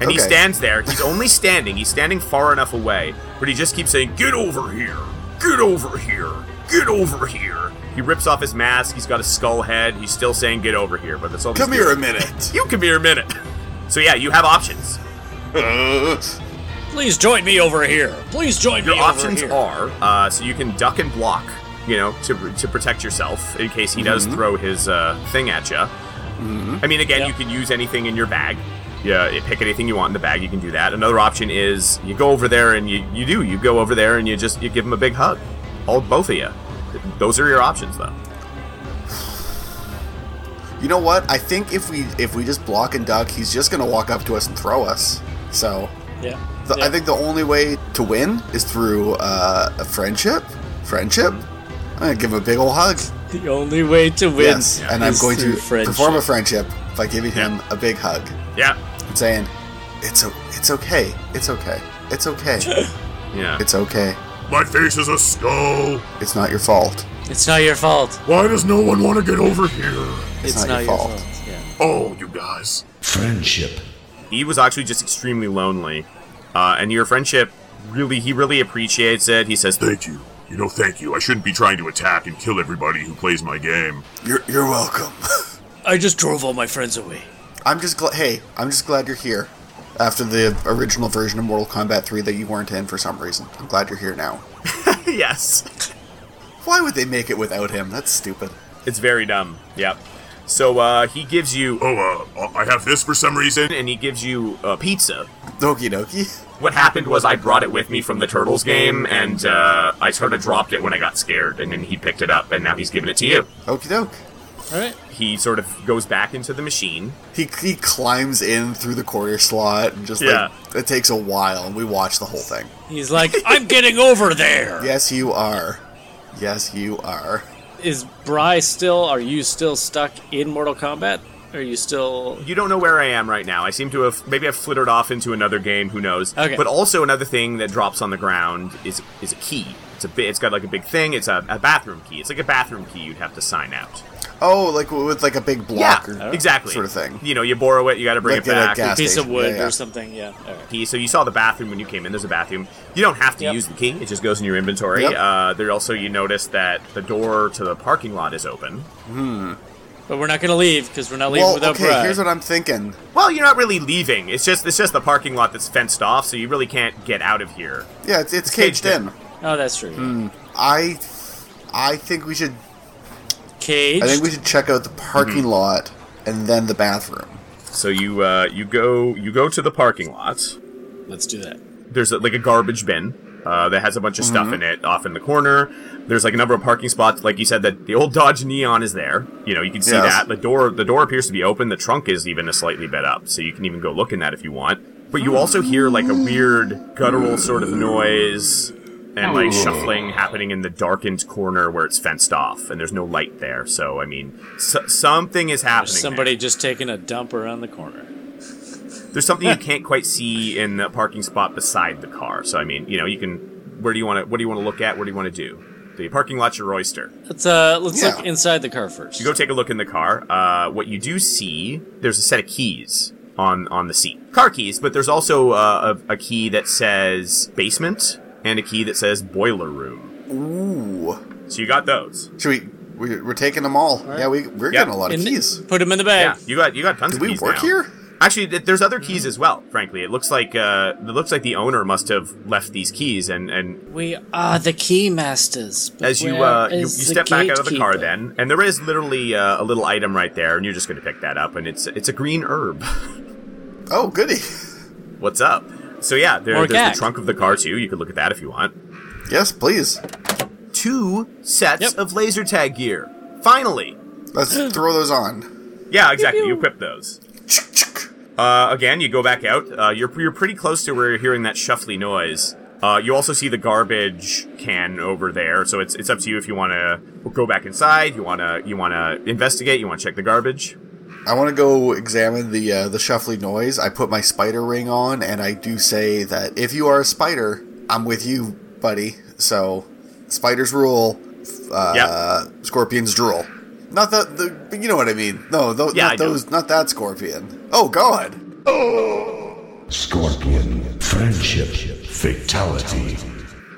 [SPEAKER 3] And he
[SPEAKER 2] Okay.
[SPEAKER 3] stands there. He's only standing. He's standing far enough away, but he just keeps saying, "Get over here! Get over here! Get over here!" He rips off his mask. He's got a skull head. He's still saying, "Get over here!" But that's all.
[SPEAKER 2] Come
[SPEAKER 3] he's
[SPEAKER 2] here a
[SPEAKER 3] doing.
[SPEAKER 2] minute.
[SPEAKER 3] (laughs) You come here a minute. So yeah, you have options.
[SPEAKER 1] Please join me over here. Please join
[SPEAKER 3] Your
[SPEAKER 1] me
[SPEAKER 3] options
[SPEAKER 1] over here.
[SPEAKER 3] are uh, so you can duck and block, you know, to, to protect yourself in case he does
[SPEAKER 1] Mm-hmm.
[SPEAKER 3] throw his uh, thing at you. I mean, again,
[SPEAKER 1] Yep.
[SPEAKER 3] you can use anything in your bag. Yeah, you pick anything you want in the bag. You can do that. Another option is you go over there and you, you do you go over there and you just you give him a big hug, all both of you. Those are your options though.
[SPEAKER 2] You know what? I think if we if we just block and duck, he's just gonna walk up to us and throw us. So
[SPEAKER 1] Yeah.
[SPEAKER 2] the,
[SPEAKER 1] yeah.
[SPEAKER 2] I think the only way to win is through uh, a friendship. Friendship. I'm gonna give him a big old hug.
[SPEAKER 1] the only way to win.
[SPEAKER 2] Yes, and I'm
[SPEAKER 1] is
[SPEAKER 2] going to
[SPEAKER 1] through friendship.
[SPEAKER 2] perform a friendship by giving him a big hug
[SPEAKER 3] Yeah,
[SPEAKER 2] and saying, "It's o- it's okay, it's okay, it's (laughs) okay,
[SPEAKER 3] yeah.
[SPEAKER 2] it's okay.
[SPEAKER 10] My face is a skull.
[SPEAKER 2] It's not your fault.
[SPEAKER 1] It's not your fault.
[SPEAKER 10] Why does no one want to get over here?
[SPEAKER 1] It's,
[SPEAKER 2] not your fault.
[SPEAKER 1] Yeah.
[SPEAKER 10] Oh, you guys.
[SPEAKER 8] Friendship.
[SPEAKER 3] he was actually just extremely lonely, uh, and your friendship really he really appreciates it. He says, (laughs)
[SPEAKER 10] Thank you. You know, thank you. I shouldn't be trying to attack and kill everybody who plays my game.
[SPEAKER 2] You're you're welcome. (laughs)
[SPEAKER 1] I just drove all my friends away.
[SPEAKER 2] I'm just glad. Hey, I'm just glad you're here. After the original version of Mortal Kombat 3 that you weren't in for some reason, I'm glad you're here now.
[SPEAKER 3] "Yes."
[SPEAKER 2] Why would they make it without him? That's stupid.
[SPEAKER 3] It's very dumb. Yep. So uh, he gives you
[SPEAKER 10] Oh, uh, I have this for some reason.
[SPEAKER 3] and he gives you uh, pizza.
[SPEAKER 2] Okie dokie. (laughs)
[SPEAKER 3] What happened was I brought it with me from the Turtles game, and uh, I sort of dropped it when I got scared, and then he picked it up, and now he's giving it to you.
[SPEAKER 2] Okie doke.
[SPEAKER 1] All right.
[SPEAKER 3] He sort of goes back into the machine.
[SPEAKER 2] He, he climbs in through the corner slot and just
[SPEAKER 3] Yeah.
[SPEAKER 2] like it takes a while and we watch the whole thing.
[SPEAKER 1] He's like, (laughs) I'm getting over there. Is
[SPEAKER 2] Yes, you are. Yes, you are.
[SPEAKER 1] Bry still? Are you still stuck in Mortal Kombat? Are you still?
[SPEAKER 3] You don't know where I am right now. I seem to have maybe I've flittered off into another game. Who knows?
[SPEAKER 1] Okay.
[SPEAKER 3] But also another thing that drops on the ground is is a key. It's a bit. It's got like a big thing. It's a, a bathroom key. It's like a bathroom key you'd have to sign out.
[SPEAKER 2] Oh, like with like a big block or
[SPEAKER 3] exactly.
[SPEAKER 2] sort of thing.
[SPEAKER 3] You know, you borrow it. You got to bring
[SPEAKER 2] Like
[SPEAKER 3] it
[SPEAKER 2] at a
[SPEAKER 3] back.
[SPEAKER 2] gas
[SPEAKER 1] Piece
[SPEAKER 2] station.
[SPEAKER 1] of wood
[SPEAKER 2] Yeah, yeah.
[SPEAKER 1] or something. Yeah. All right.
[SPEAKER 3] key. So you saw the bathroom when you came in. There's a bathroom. You don't have to
[SPEAKER 1] Yep.
[SPEAKER 3] use the key. It just goes in your inventory.
[SPEAKER 2] Yep.
[SPEAKER 3] Uh, there also you notice that the door to the parking lot is open.
[SPEAKER 1] But we're not gonna leave because we're not leaving
[SPEAKER 2] Well,
[SPEAKER 1] without
[SPEAKER 2] okay,
[SPEAKER 1] Bry.
[SPEAKER 2] here's what I'm thinking.
[SPEAKER 3] Well, you're not really leaving. It's just it's just the parking lot that's fenced off, so you really can't get out of here.
[SPEAKER 2] Yeah, it's, it's caged,
[SPEAKER 3] caged
[SPEAKER 2] in.
[SPEAKER 3] in.
[SPEAKER 1] oh, that's true.
[SPEAKER 2] Hmm. I I think we should
[SPEAKER 1] Cage.
[SPEAKER 2] I think we should check out the parking
[SPEAKER 3] Mm-hmm.
[SPEAKER 2] lot and then the bathroom.
[SPEAKER 3] So you uh, you go you go to the parking lot.
[SPEAKER 1] Let's do that.
[SPEAKER 3] there's like a garbage bin uh, that has a bunch of stuff in it off in the corner. There's like a number of parking spots, like you said that the old Dodge Neon is there. You know, you can see
[SPEAKER 2] Yes.
[SPEAKER 3] that the door the door appears to be open. The trunk is even a slightly bit up, so you can even go look in that if you want. But you also hear like a weird guttural sort of noise and like shuffling happening in the darkened corner where it's fenced off and there's no light there. So I mean, s something is happening.
[SPEAKER 1] There's
[SPEAKER 3] there.
[SPEAKER 1] somebody just taking a dump around the corner.
[SPEAKER 3] There's something you can't quite see in the parking spot beside the car. So I mean, you know, you can. Where do you want to? What do you want to look at? What do you want to do? The parking lot's your oyster.
[SPEAKER 1] Let's uh, let's
[SPEAKER 2] Yeah.
[SPEAKER 1] look inside the car first.
[SPEAKER 3] You go take a look in the car. Uh, what you do see, there's a set of keys on on the seat, car keys, but there's also uh, a, a key that says basement and a key that says boiler room.
[SPEAKER 2] Ooh.
[SPEAKER 3] So you got those.
[SPEAKER 2] Should we? we we're taking them all. Yeah, we we're
[SPEAKER 3] Yeah.
[SPEAKER 2] getting a lot of
[SPEAKER 1] In-
[SPEAKER 2] keys.
[SPEAKER 1] Put him in the
[SPEAKER 3] Yeah,
[SPEAKER 1] bag.
[SPEAKER 3] you got you got tons
[SPEAKER 2] Do
[SPEAKER 3] of
[SPEAKER 2] we
[SPEAKER 3] keys
[SPEAKER 2] work
[SPEAKER 3] now.
[SPEAKER 2] here?
[SPEAKER 3] Actually, th- there's other keys as well. Frankly, it looks like uh, it looks like the owner must have left these keys and and
[SPEAKER 1] We are the key masters. but
[SPEAKER 3] as you
[SPEAKER 1] where
[SPEAKER 3] uh, you, you
[SPEAKER 1] is the
[SPEAKER 3] step back out of the car
[SPEAKER 1] gatekeeper?
[SPEAKER 3] then and there is literally uh, a little item right there and you're just going to pick that up and it's it's a green herb (laughs)
[SPEAKER 2] Oh, goody. (laughs)
[SPEAKER 3] what's up so yeah there,
[SPEAKER 1] Or
[SPEAKER 3] there's
[SPEAKER 1] gag.
[SPEAKER 3] the trunk of the car too you could look at that if you want
[SPEAKER 2] Yes, please.
[SPEAKER 3] two sets
[SPEAKER 1] Yep.
[SPEAKER 3] of laser tag gear finally
[SPEAKER 2] Let's
[SPEAKER 3] (gasps)
[SPEAKER 2] throw those on.
[SPEAKER 3] yeah exactly you equip those uh, again you go back out uh, you're, you're pretty close to where you're hearing that shuffly noise uh, you also see the garbage can over there, so it's it's up to you if you want to go back inside. You wanna you wanna investigate. You want to check the garbage.
[SPEAKER 2] I want to go examine the uh, the shuffly noise. I put my spider ring on, and I do say that if you are a spider, I'm with you, buddy. So, spiders rule. Uh, Scorpions drool. Not that the, but you know what I mean. No, tho-
[SPEAKER 3] Yeah, I
[SPEAKER 2] not
[SPEAKER 3] know.
[SPEAKER 2] those, not that scorpion. Oh God!
[SPEAKER 8] Scorpion, friendship, fatality.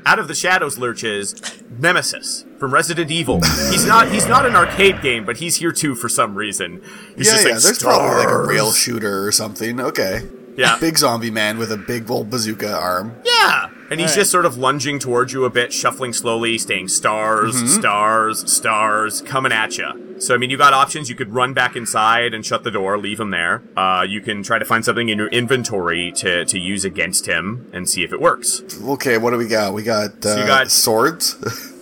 [SPEAKER 3] Out of the shadows lurches Nemesis from Resident Evil. He's not he's not an arcade game, but he's here too for some reason. He's
[SPEAKER 2] yeah,
[SPEAKER 3] just
[SPEAKER 2] yeah.
[SPEAKER 3] like
[SPEAKER 2] There's probably like a
[SPEAKER 3] "Stars."
[SPEAKER 2] rail shooter or something. Okay.
[SPEAKER 3] Yeah.
[SPEAKER 2] Big zombie man with a big old bazooka arm.
[SPEAKER 3] Yeah. And he's
[SPEAKER 1] Alright.
[SPEAKER 3] just sort of lunging towards you a bit, shuffling slowly, staying stars,
[SPEAKER 2] Mm-hmm.
[SPEAKER 3] stars, stars, coming at you. So, I mean, you got options. You could run back inside and shut the door, leave him there. Uh, you can try to find something in your inventory to, to use against him and see if it works.
[SPEAKER 2] Okay, what do we got? We got, uh,
[SPEAKER 3] you got-
[SPEAKER 2] swords. (laughs)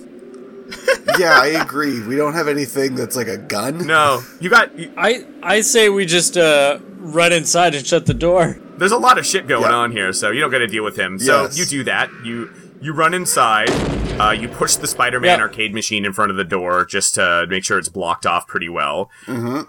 [SPEAKER 2] yeah, I agree. We don't have anything that's like a gun.
[SPEAKER 3] No, you got. You,
[SPEAKER 1] I I say we just uh, run inside and shut the door.
[SPEAKER 3] there's a lot of shit going
[SPEAKER 2] Yeah.
[SPEAKER 3] on here, so you don't got to deal with him. So
[SPEAKER 2] Yes.
[SPEAKER 3] you do that. You you run inside. Uh, you push the Spider-Man
[SPEAKER 1] Yeah.
[SPEAKER 3] arcade machine in front of the door just to make sure it's blocked off pretty well.
[SPEAKER 2] That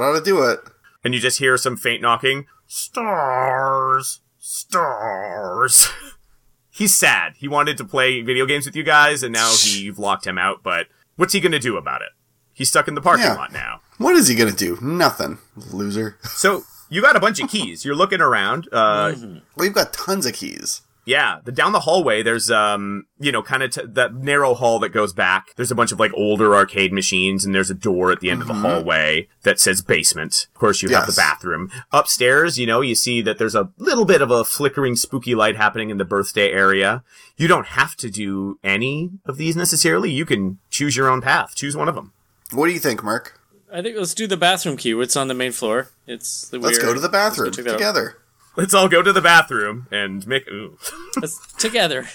[SPEAKER 2] ought to do it.
[SPEAKER 3] and you just hear some faint knocking. Stars, stars. (laughs) He's sad. He wanted to play video games with you guys, and now he, you've locked him out. But what's he gonna do about it? He's stuck in the parking
[SPEAKER 2] Yeah.
[SPEAKER 3] lot now.
[SPEAKER 2] What is he gonna do? Nothing, loser.
[SPEAKER 3] So you got a bunch of keys. You're looking around. Uh,
[SPEAKER 2] We've got tons of keys.
[SPEAKER 3] Yeah, the down the hallway. There's um, you know, kind of t- that narrow hall that goes back. There's a bunch of like older arcade machines, and there's a door at the end of the hallway that says basement. Of course, you have
[SPEAKER 2] Yes.
[SPEAKER 3] the bathroom upstairs. You know, you see that there's a little bit of a flickering, spooky light happening in the birthday area. You don't have to do any of these necessarily. You can choose your own path. Choose one of them.
[SPEAKER 2] What do you think, Mark?
[SPEAKER 1] I think let's do the bathroom key. It's on the main floor. It's the
[SPEAKER 2] Let's
[SPEAKER 1] weird-
[SPEAKER 2] go to the bathroom
[SPEAKER 1] check that out.
[SPEAKER 2] together.
[SPEAKER 3] Let's all go to the bathroom and make. Ooh.
[SPEAKER 1] Let's- together.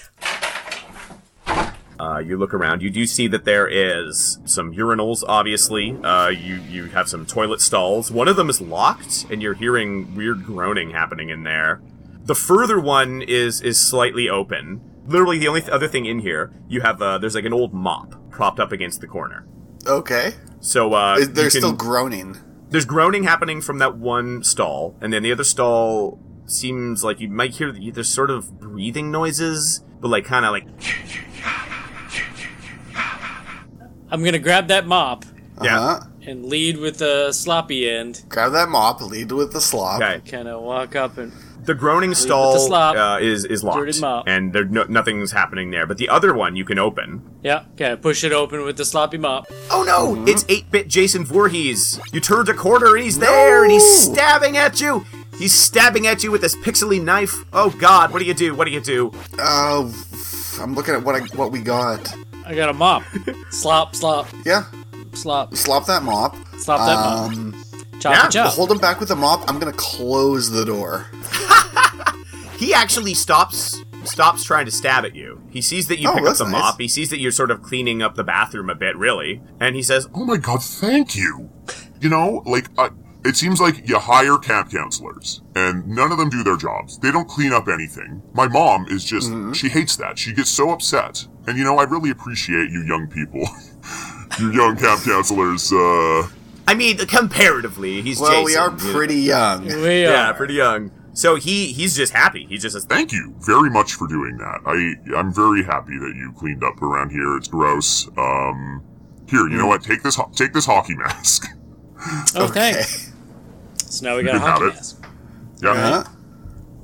[SPEAKER 3] Uh, you look around. You do see that there is some urinals, obviously. Uh, you you have some toilet stalls. One of them is locked, and you're hearing weird groaning happening in there. The further one is is slightly open. Literally, the only th- other thing in here you have uh, there's like an old mop propped up against the corner.
[SPEAKER 2] Okay.
[SPEAKER 3] So uh,
[SPEAKER 2] Is-
[SPEAKER 3] you
[SPEAKER 2] They're
[SPEAKER 3] can-
[SPEAKER 2] still groaning.
[SPEAKER 3] there's groaning happening from that one stall, and then the other stall seems like you might hear the- there's sort of breathing noises, but like kind of like
[SPEAKER 1] I'm gonna grab that mop
[SPEAKER 3] yeah.
[SPEAKER 2] Uh-huh.
[SPEAKER 1] and lead with the sloppy end.
[SPEAKER 2] Grab that mop, lead with the slop.
[SPEAKER 3] Okay.
[SPEAKER 1] Kind of walk up and
[SPEAKER 3] The groaning
[SPEAKER 1] with
[SPEAKER 3] stall
[SPEAKER 1] the slop.
[SPEAKER 3] uh, is is locked,
[SPEAKER 1] Dirty mop.
[SPEAKER 3] and there no, nothing's happening there. But the other one you can open.
[SPEAKER 1] yeah, okay, push it open with the sloppy mop.
[SPEAKER 3] Oh no! It's eight bit Jason Voorhees. You turned a corner and he's there, and he's stabbing at you. He's stabbing at you with this pixely knife. Oh God! What do you do? What do you do?
[SPEAKER 2] Oh, I'm looking at what I, what we got.
[SPEAKER 1] I got a
[SPEAKER 2] (laughs)
[SPEAKER 1] mop. slop, slop,
[SPEAKER 2] Yeah,
[SPEAKER 1] slop,
[SPEAKER 2] slop that mop.
[SPEAKER 1] slop that mop.
[SPEAKER 2] Um,
[SPEAKER 1] Chop
[SPEAKER 3] yeah,
[SPEAKER 1] it, chop.
[SPEAKER 2] hold him back with the mop. I'm gonna close the door.
[SPEAKER 3] He actually stops stops trying to stab at you. He sees that you
[SPEAKER 2] Oh,
[SPEAKER 3] pick up
[SPEAKER 2] that's
[SPEAKER 3] the
[SPEAKER 2] nice.
[SPEAKER 3] mop. He sees that you're sort of cleaning up the bathroom a bit, really, and he says,
[SPEAKER 10] Oh my god, thank you. You know, like, uh, it seems like you hire camp counselors, and none of them do their jobs. They don't clean up anything. My mom is just,
[SPEAKER 2] Mm-hmm.
[SPEAKER 10] she hates that. She gets so upset. And you know, I really appreciate you young people. (laughs) you young camp counselors, uh,
[SPEAKER 3] "I mean, comparatively, he's
[SPEAKER 2] Well,
[SPEAKER 3] Jason."
[SPEAKER 2] we are
[SPEAKER 3] you know.
[SPEAKER 2] pretty young.
[SPEAKER 1] We are.
[SPEAKER 3] yeah, pretty young. So he he's just happy. He just says,
[SPEAKER 10] thank you very much for doing that. I, I'm very happy that you cleaned up around here. It's gross. Um, here,
[SPEAKER 2] Mm.
[SPEAKER 10] you know what? Take this, ho- take this hockey mask. (laughs)
[SPEAKER 1] Oh,
[SPEAKER 2] Okay.
[SPEAKER 1] thanks. So now we got
[SPEAKER 10] You
[SPEAKER 1] a hockey
[SPEAKER 10] got it.
[SPEAKER 1] mask.
[SPEAKER 10] yeah.
[SPEAKER 2] Uh-huh.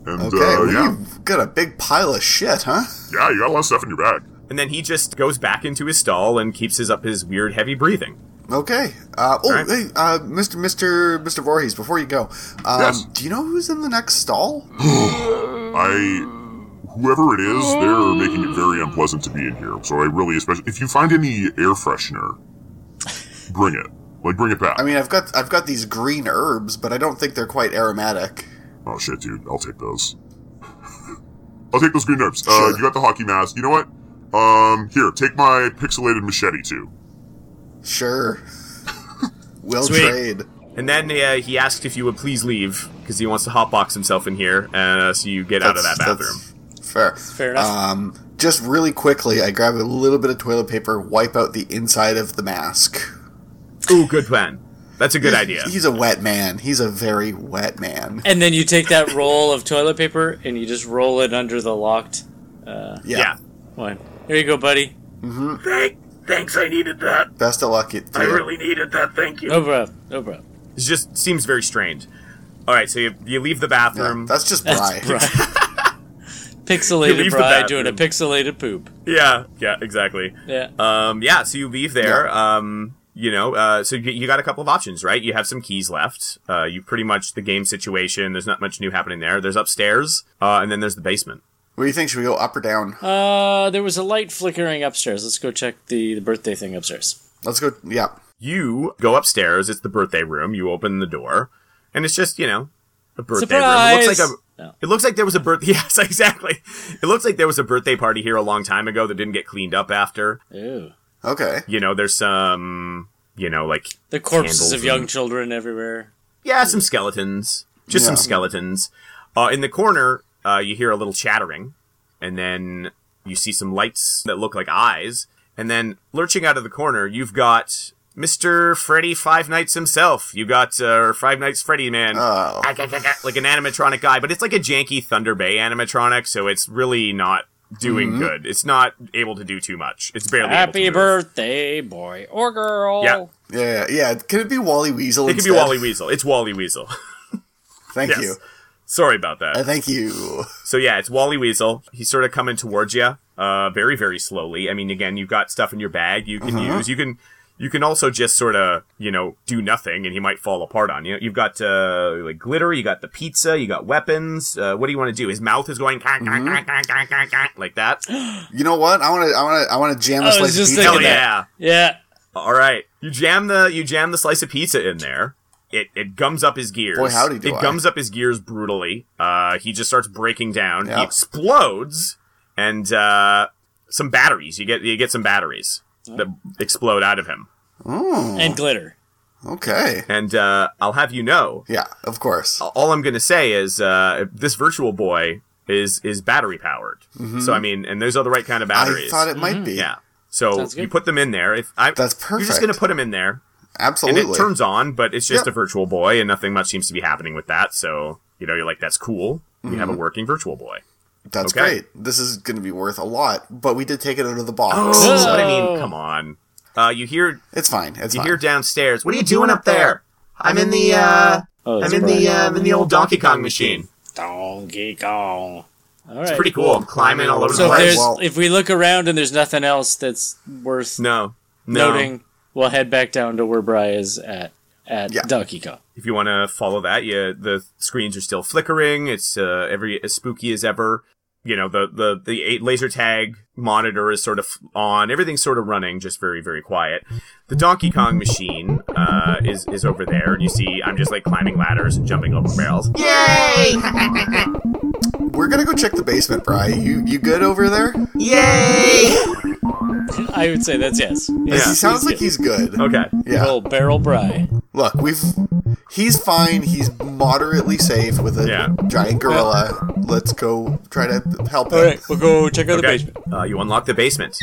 [SPEAKER 10] And,
[SPEAKER 2] Okay,
[SPEAKER 10] uh,
[SPEAKER 2] well,
[SPEAKER 10] yeah.
[SPEAKER 2] you've got a big pile of shit, huh?
[SPEAKER 10] Yeah, you got a lot of stuff in your bag.
[SPEAKER 3] and then he just goes back into his stall and keeps his up his weird heavy breathing.
[SPEAKER 2] Okay. Uh, oh,
[SPEAKER 3] Alright.
[SPEAKER 2] hey, uh, Mr. Mr. Mr. Voorhees, before you go, um,
[SPEAKER 10] Yes.
[SPEAKER 2] do you know who's in the next stall?
[SPEAKER 10] I, whoever it is, they're making it very unpleasant to be in here. So I really, especially if you find any air freshener, bring it. Like, bring it back.
[SPEAKER 2] I mean, I've got I've got these green herbs, but I don't think they're quite aromatic.
[SPEAKER 10] oh shit, dude, I'll take those. (laughs) I'll take those green herbs. Uh,
[SPEAKER 2] Sure.
[SPEAKER 10] you got the hockey mask. You know what? Um, here, take my pixelated machete too.
[SPEAKER 3] (laughs)
[SPEAKER 2] Sure. Will
[SPEAKER 1] Sweet.
[SPEAKER 2] trade.
[SPEAKER 3] And then uh, he asks if you would please leave because he wants to hotbox himself in here, uh, so you get out of that
[SPEAKER 2] That's-
[SPEAKER 3] bathroom.
[SPEAKER 2] that's Fair.
[SPEAKER 1] Fair enough.
[SPEAKER 2] Um, just really quickly, I grab a little bit of toilet paper, wipe out the inside of the mask.
[SPEAKER 3] Ooh, good plan. That's
[SPEAKER 2] (laughs)
[SPEAKER 3] a good idea.
[SPEAKER 2] He's a wet man. He's a very wet man.
[SPEAKER 1] And then you take that roll of toilet paper and you just roll it under the locked
[SPEAKER 2] Yeah.
[SPEAKER 3] Yeah.
[SPEAKER 1] one. Here you go, buddy.
[SPEAKER 3] Thank,
[SPEAKER 11] Thanks, I needed that.
[SPEAKER 2] Best of luck.
[SPEAKER 11] I really needed that. Thank you.
[SPEAKER 1] No problem. No problem.
[SPEAKER 3] It just seems very strange. All right, so you, you leave the bathroom.
[SPEAKER 2] Yeah, Um, that's just Bry.
[SPEAKER 1] pixelated Bry doing a pixelated poop.
[SPEAKER 3] Yeah, yeah, exactly.
[SPEAKER 1] Yeah.
[SPEAKER 3] Um, yeah, so you leave there. Yeah. Um, you know, uh, so you, you got a couple of options, right? You have some keys left. Uh, you pretty much the game situation. There's not much new happening there. There's upstairs, uh, and then there's the basement.
[SPEAKER 2] What do you think? Should we go up or down?
[SPEAKER 1] Uh, there was a light flickering upstairs. Let's go check the, the birthday thing upstairs.
[SPEAKER 2] Let's go. Yeah.
[SPEAKER 3] You go upstairs. It's the birthday room. You open the door, and it's just you know a birthday
[SPEAKER 1] Surprise!
[SPEAKER 3] room. It looks like a
[SPEAKER 1] No.
[SPEAKER 3] it looks like there was a birthday. (laughs) Yes, exactly. It looks like there was a birthday party here a long time ago that didn't get cleaned up after.
[SPEAKER 1] Ew.
[SPEAKER 2] Okay.
[SPEAKER 3] You know, there's some you know like
[SPEAKER 1] The corpses
[SPEAKER 3] candles
[SPEAKER 1] of young
[SPEAKER 3] and-
[SPEAKER 1] children everywhere.
[SPEAKER 3] yeah, some skeletons, just some
[SPEAKER 2] Yeah.
[SPEAKER 3] skeletons. Uh, in the corner, uh, you hear a little chattering, and then you see some lights that look like eyes, and then lurching out of the corner, you've got Mister Freddy Five Nights himself. You got uh, Five Nights Freddy man,
[SPEAKER 2] Oh.
[SPEAKER 3] (laughs) like an animatronic guy, but it's like a janky Thunder Bay animatronic, so it's really not doing
[SPEAKER 2] Mm-hmm.
[SPEAKER 3] good. It's not able to do too much. It's barely able to
[SPEAKER 1] Happy
[SPEAKER 3] move.
[SPEAKER 1] birthday, boy or girl.
[SPEAKER 3] Yeah.
[SPEAKER 2] Yeah, yeah, yeah. Can it be Wally Weasel?
[SPEAKER 3] It could be
[SPEAKER 2] instead?
[SPEAKER 3] Wally Weasel. It's Wally Weasel. (laughs)
[SPEAKER 2] Thank
[SPEAKER 3] yes.
[SPEAKER 2] you.
[SPEAKER 3] Sorry about that.
[SPEAKER 2] Uh, thank you.
[SPEAKER 3] So yeah, it's Wally Weasel. He's sort of coming towards you, uh, very very slowly. I mean, again, you've got stuff in your bag you can use. You can you can also just sort of you know do nothing, and he might fall apart on you. You've got uh, like glitter. You got the pizza. You got weapons. Uh, what do you want to do? His mouth is going "Kah, kah, kah, kah, kah, kah, kah," like that.
[SPEAKER 2] You know what? I want to. I want to. I want to jam a
[SPEAKER 1] I was
[SPEAKER 2] slice of
[SPEAKER 1] just
[SPEAKER 2] pizza.
[SPEAKER 1] thinking
[SPEAKER 3] Hell
[SPEAKER 2] in
[SPEAKER 1] that.
[SPEAKER 2] there.
[SPEAKER 3] yeah!
[SPEAKER 1] Yeah.
[SPEAKER 3] All right, you jam the you jam the slice of pizza in there. It, it gums up his gears.
[SPEAKER 2] Boy, howdy do
[SPEAKER 3] it
[SPEAKER 2] I.
[SPEAKER 3] gums up his gears brutally. Uh, he just starts breaking down.
[SPEAKER 2] Yeah.
[SPEAKER 3] He explodes, and uh, some batteries. You get you get some batteries that explode out of him.
[SPEAKER 1] And glitter.
[SPEAKER 2] Okay.
[SPEAKER 3] And uh, I'll have you know,
[SPEAKER 2] Yeah, of course.
[SPEAKER 3] all I'm gonna say is uh, this virtual boy is is battery powered. So I mean, and those are the right kind of
[SPEAKER 2] Mm-hmm. I
[SPEAKER 3] batteries.
[SPEAKER 2] thought it
[SPEAKER 1] Mm-hmm.
[SPEAKER 2] might be.
[SPEAKER 3] yeah. So
[SPEAKER 1] Sounds good.
[SPEAKER 3] you put them in there. If I,
[SPEAKER 2] That's
[SPEAKER 3] You're just
[SPEAKER 2] perfect.
[SPEAKER 3] gonna put them in there.
[SPEAKER 2] Absolutely.
[SPEAKER 3] And it turns on, but it's just
[SPEAKER 2] Yeah.
[SPEAKER 3] a virtual boy, and nothing much seems to be happening with that. So you know, you're like, that's cool. You have a working virtual boy.
[SPEAKER 2] That's
[SPEAKER 3] okay.
[SPEAKER 2] great. This is going to be worth a lot, but we did take it out of the box.
[SPEAKER 1] Oh.
[SPEAKER 3] But I mean, come on. Uh, you hear
[SPEAKER 2] It's fine. It's
[SPEAKER 3] you
[SPEAKER 2] fine.
[SPEAKER 3] hear downstairs. What are you
[SPEAKER 9] doing
[SPEAKER 3] doing up
[SPEAKER 9] up there?
[SPEAKER 3] there?
[SPEAKER 9] I'm in the, uh,
[SPEAKER 1] Oh,
[SPEAKER 9] I'm
[SPEAKER 1] it's
[SPEAKER 9] in
[SPEAKER 1] Brian.
[SPEAKER 9] the, uh, I'm in the old Donkey Kong machine.
[SPEAKER 3] machine.
[SPEAKER 1] Donkey Kong. All right.
[SPEAKER 3] It's pretty cool. I'm climbing all over
[SPEAKER 1] So
[SPEAKER 3] the
[SPEAKER 1] if,
[SPEAKER 2] Alright,
[SPEAKER 1] there's,
[SPEAKER 3] place.
[SPEAKER 2] well-
[SPEAKER 1] if we look around and there's nothing else that's worth
[SPEAKER 3] No, no.
[SPEAKER 1] noting, we'll head back down to where Bry is at at
[SPEAKER 2] Yeah.
[SPEAKER 1] Donkey Kong.
[SPEAKER 3] If you want to follow that, yeah, the screens are still flickering. It's uh, every as spooky as ever. You know, the the the eight laser tag monitor is sort of on. Everything's sort of running, just very very quiet. The Donkey Kong machine uh, is is over there, and you see I'm just like climbing ladders and jumping over barrels.
[SPEAKER 9] Yay!
[SPEAKER 2] We're going to go check the basement, Bry. You you good over there?
[SPEAKER 9] Yay!
[SPEAKER 1] I would say that's yes.
[SPEAKER 2] He
[SPEAKER 3] Yeah.
[SPEAKER 2] sounds like he's good.
[SPEAKER 3] Okay.
[SPEAKER 2] Yeah.
[SPEAKER 1] Roll barrel Bry.
[SPEAKER 2] Look, we've he's fine. He's moderately safe with a
[SPEAKER 3] Yeah.
[SPEAKER 2] giant gorilla. Let's go try to help him.
[SPEAKER 1] All right, we'll go check out the
[SPEAKER 3] Okay.
[SPEAKER 1] basement.
[SPEAKER 3] Uh, you unlock the basement,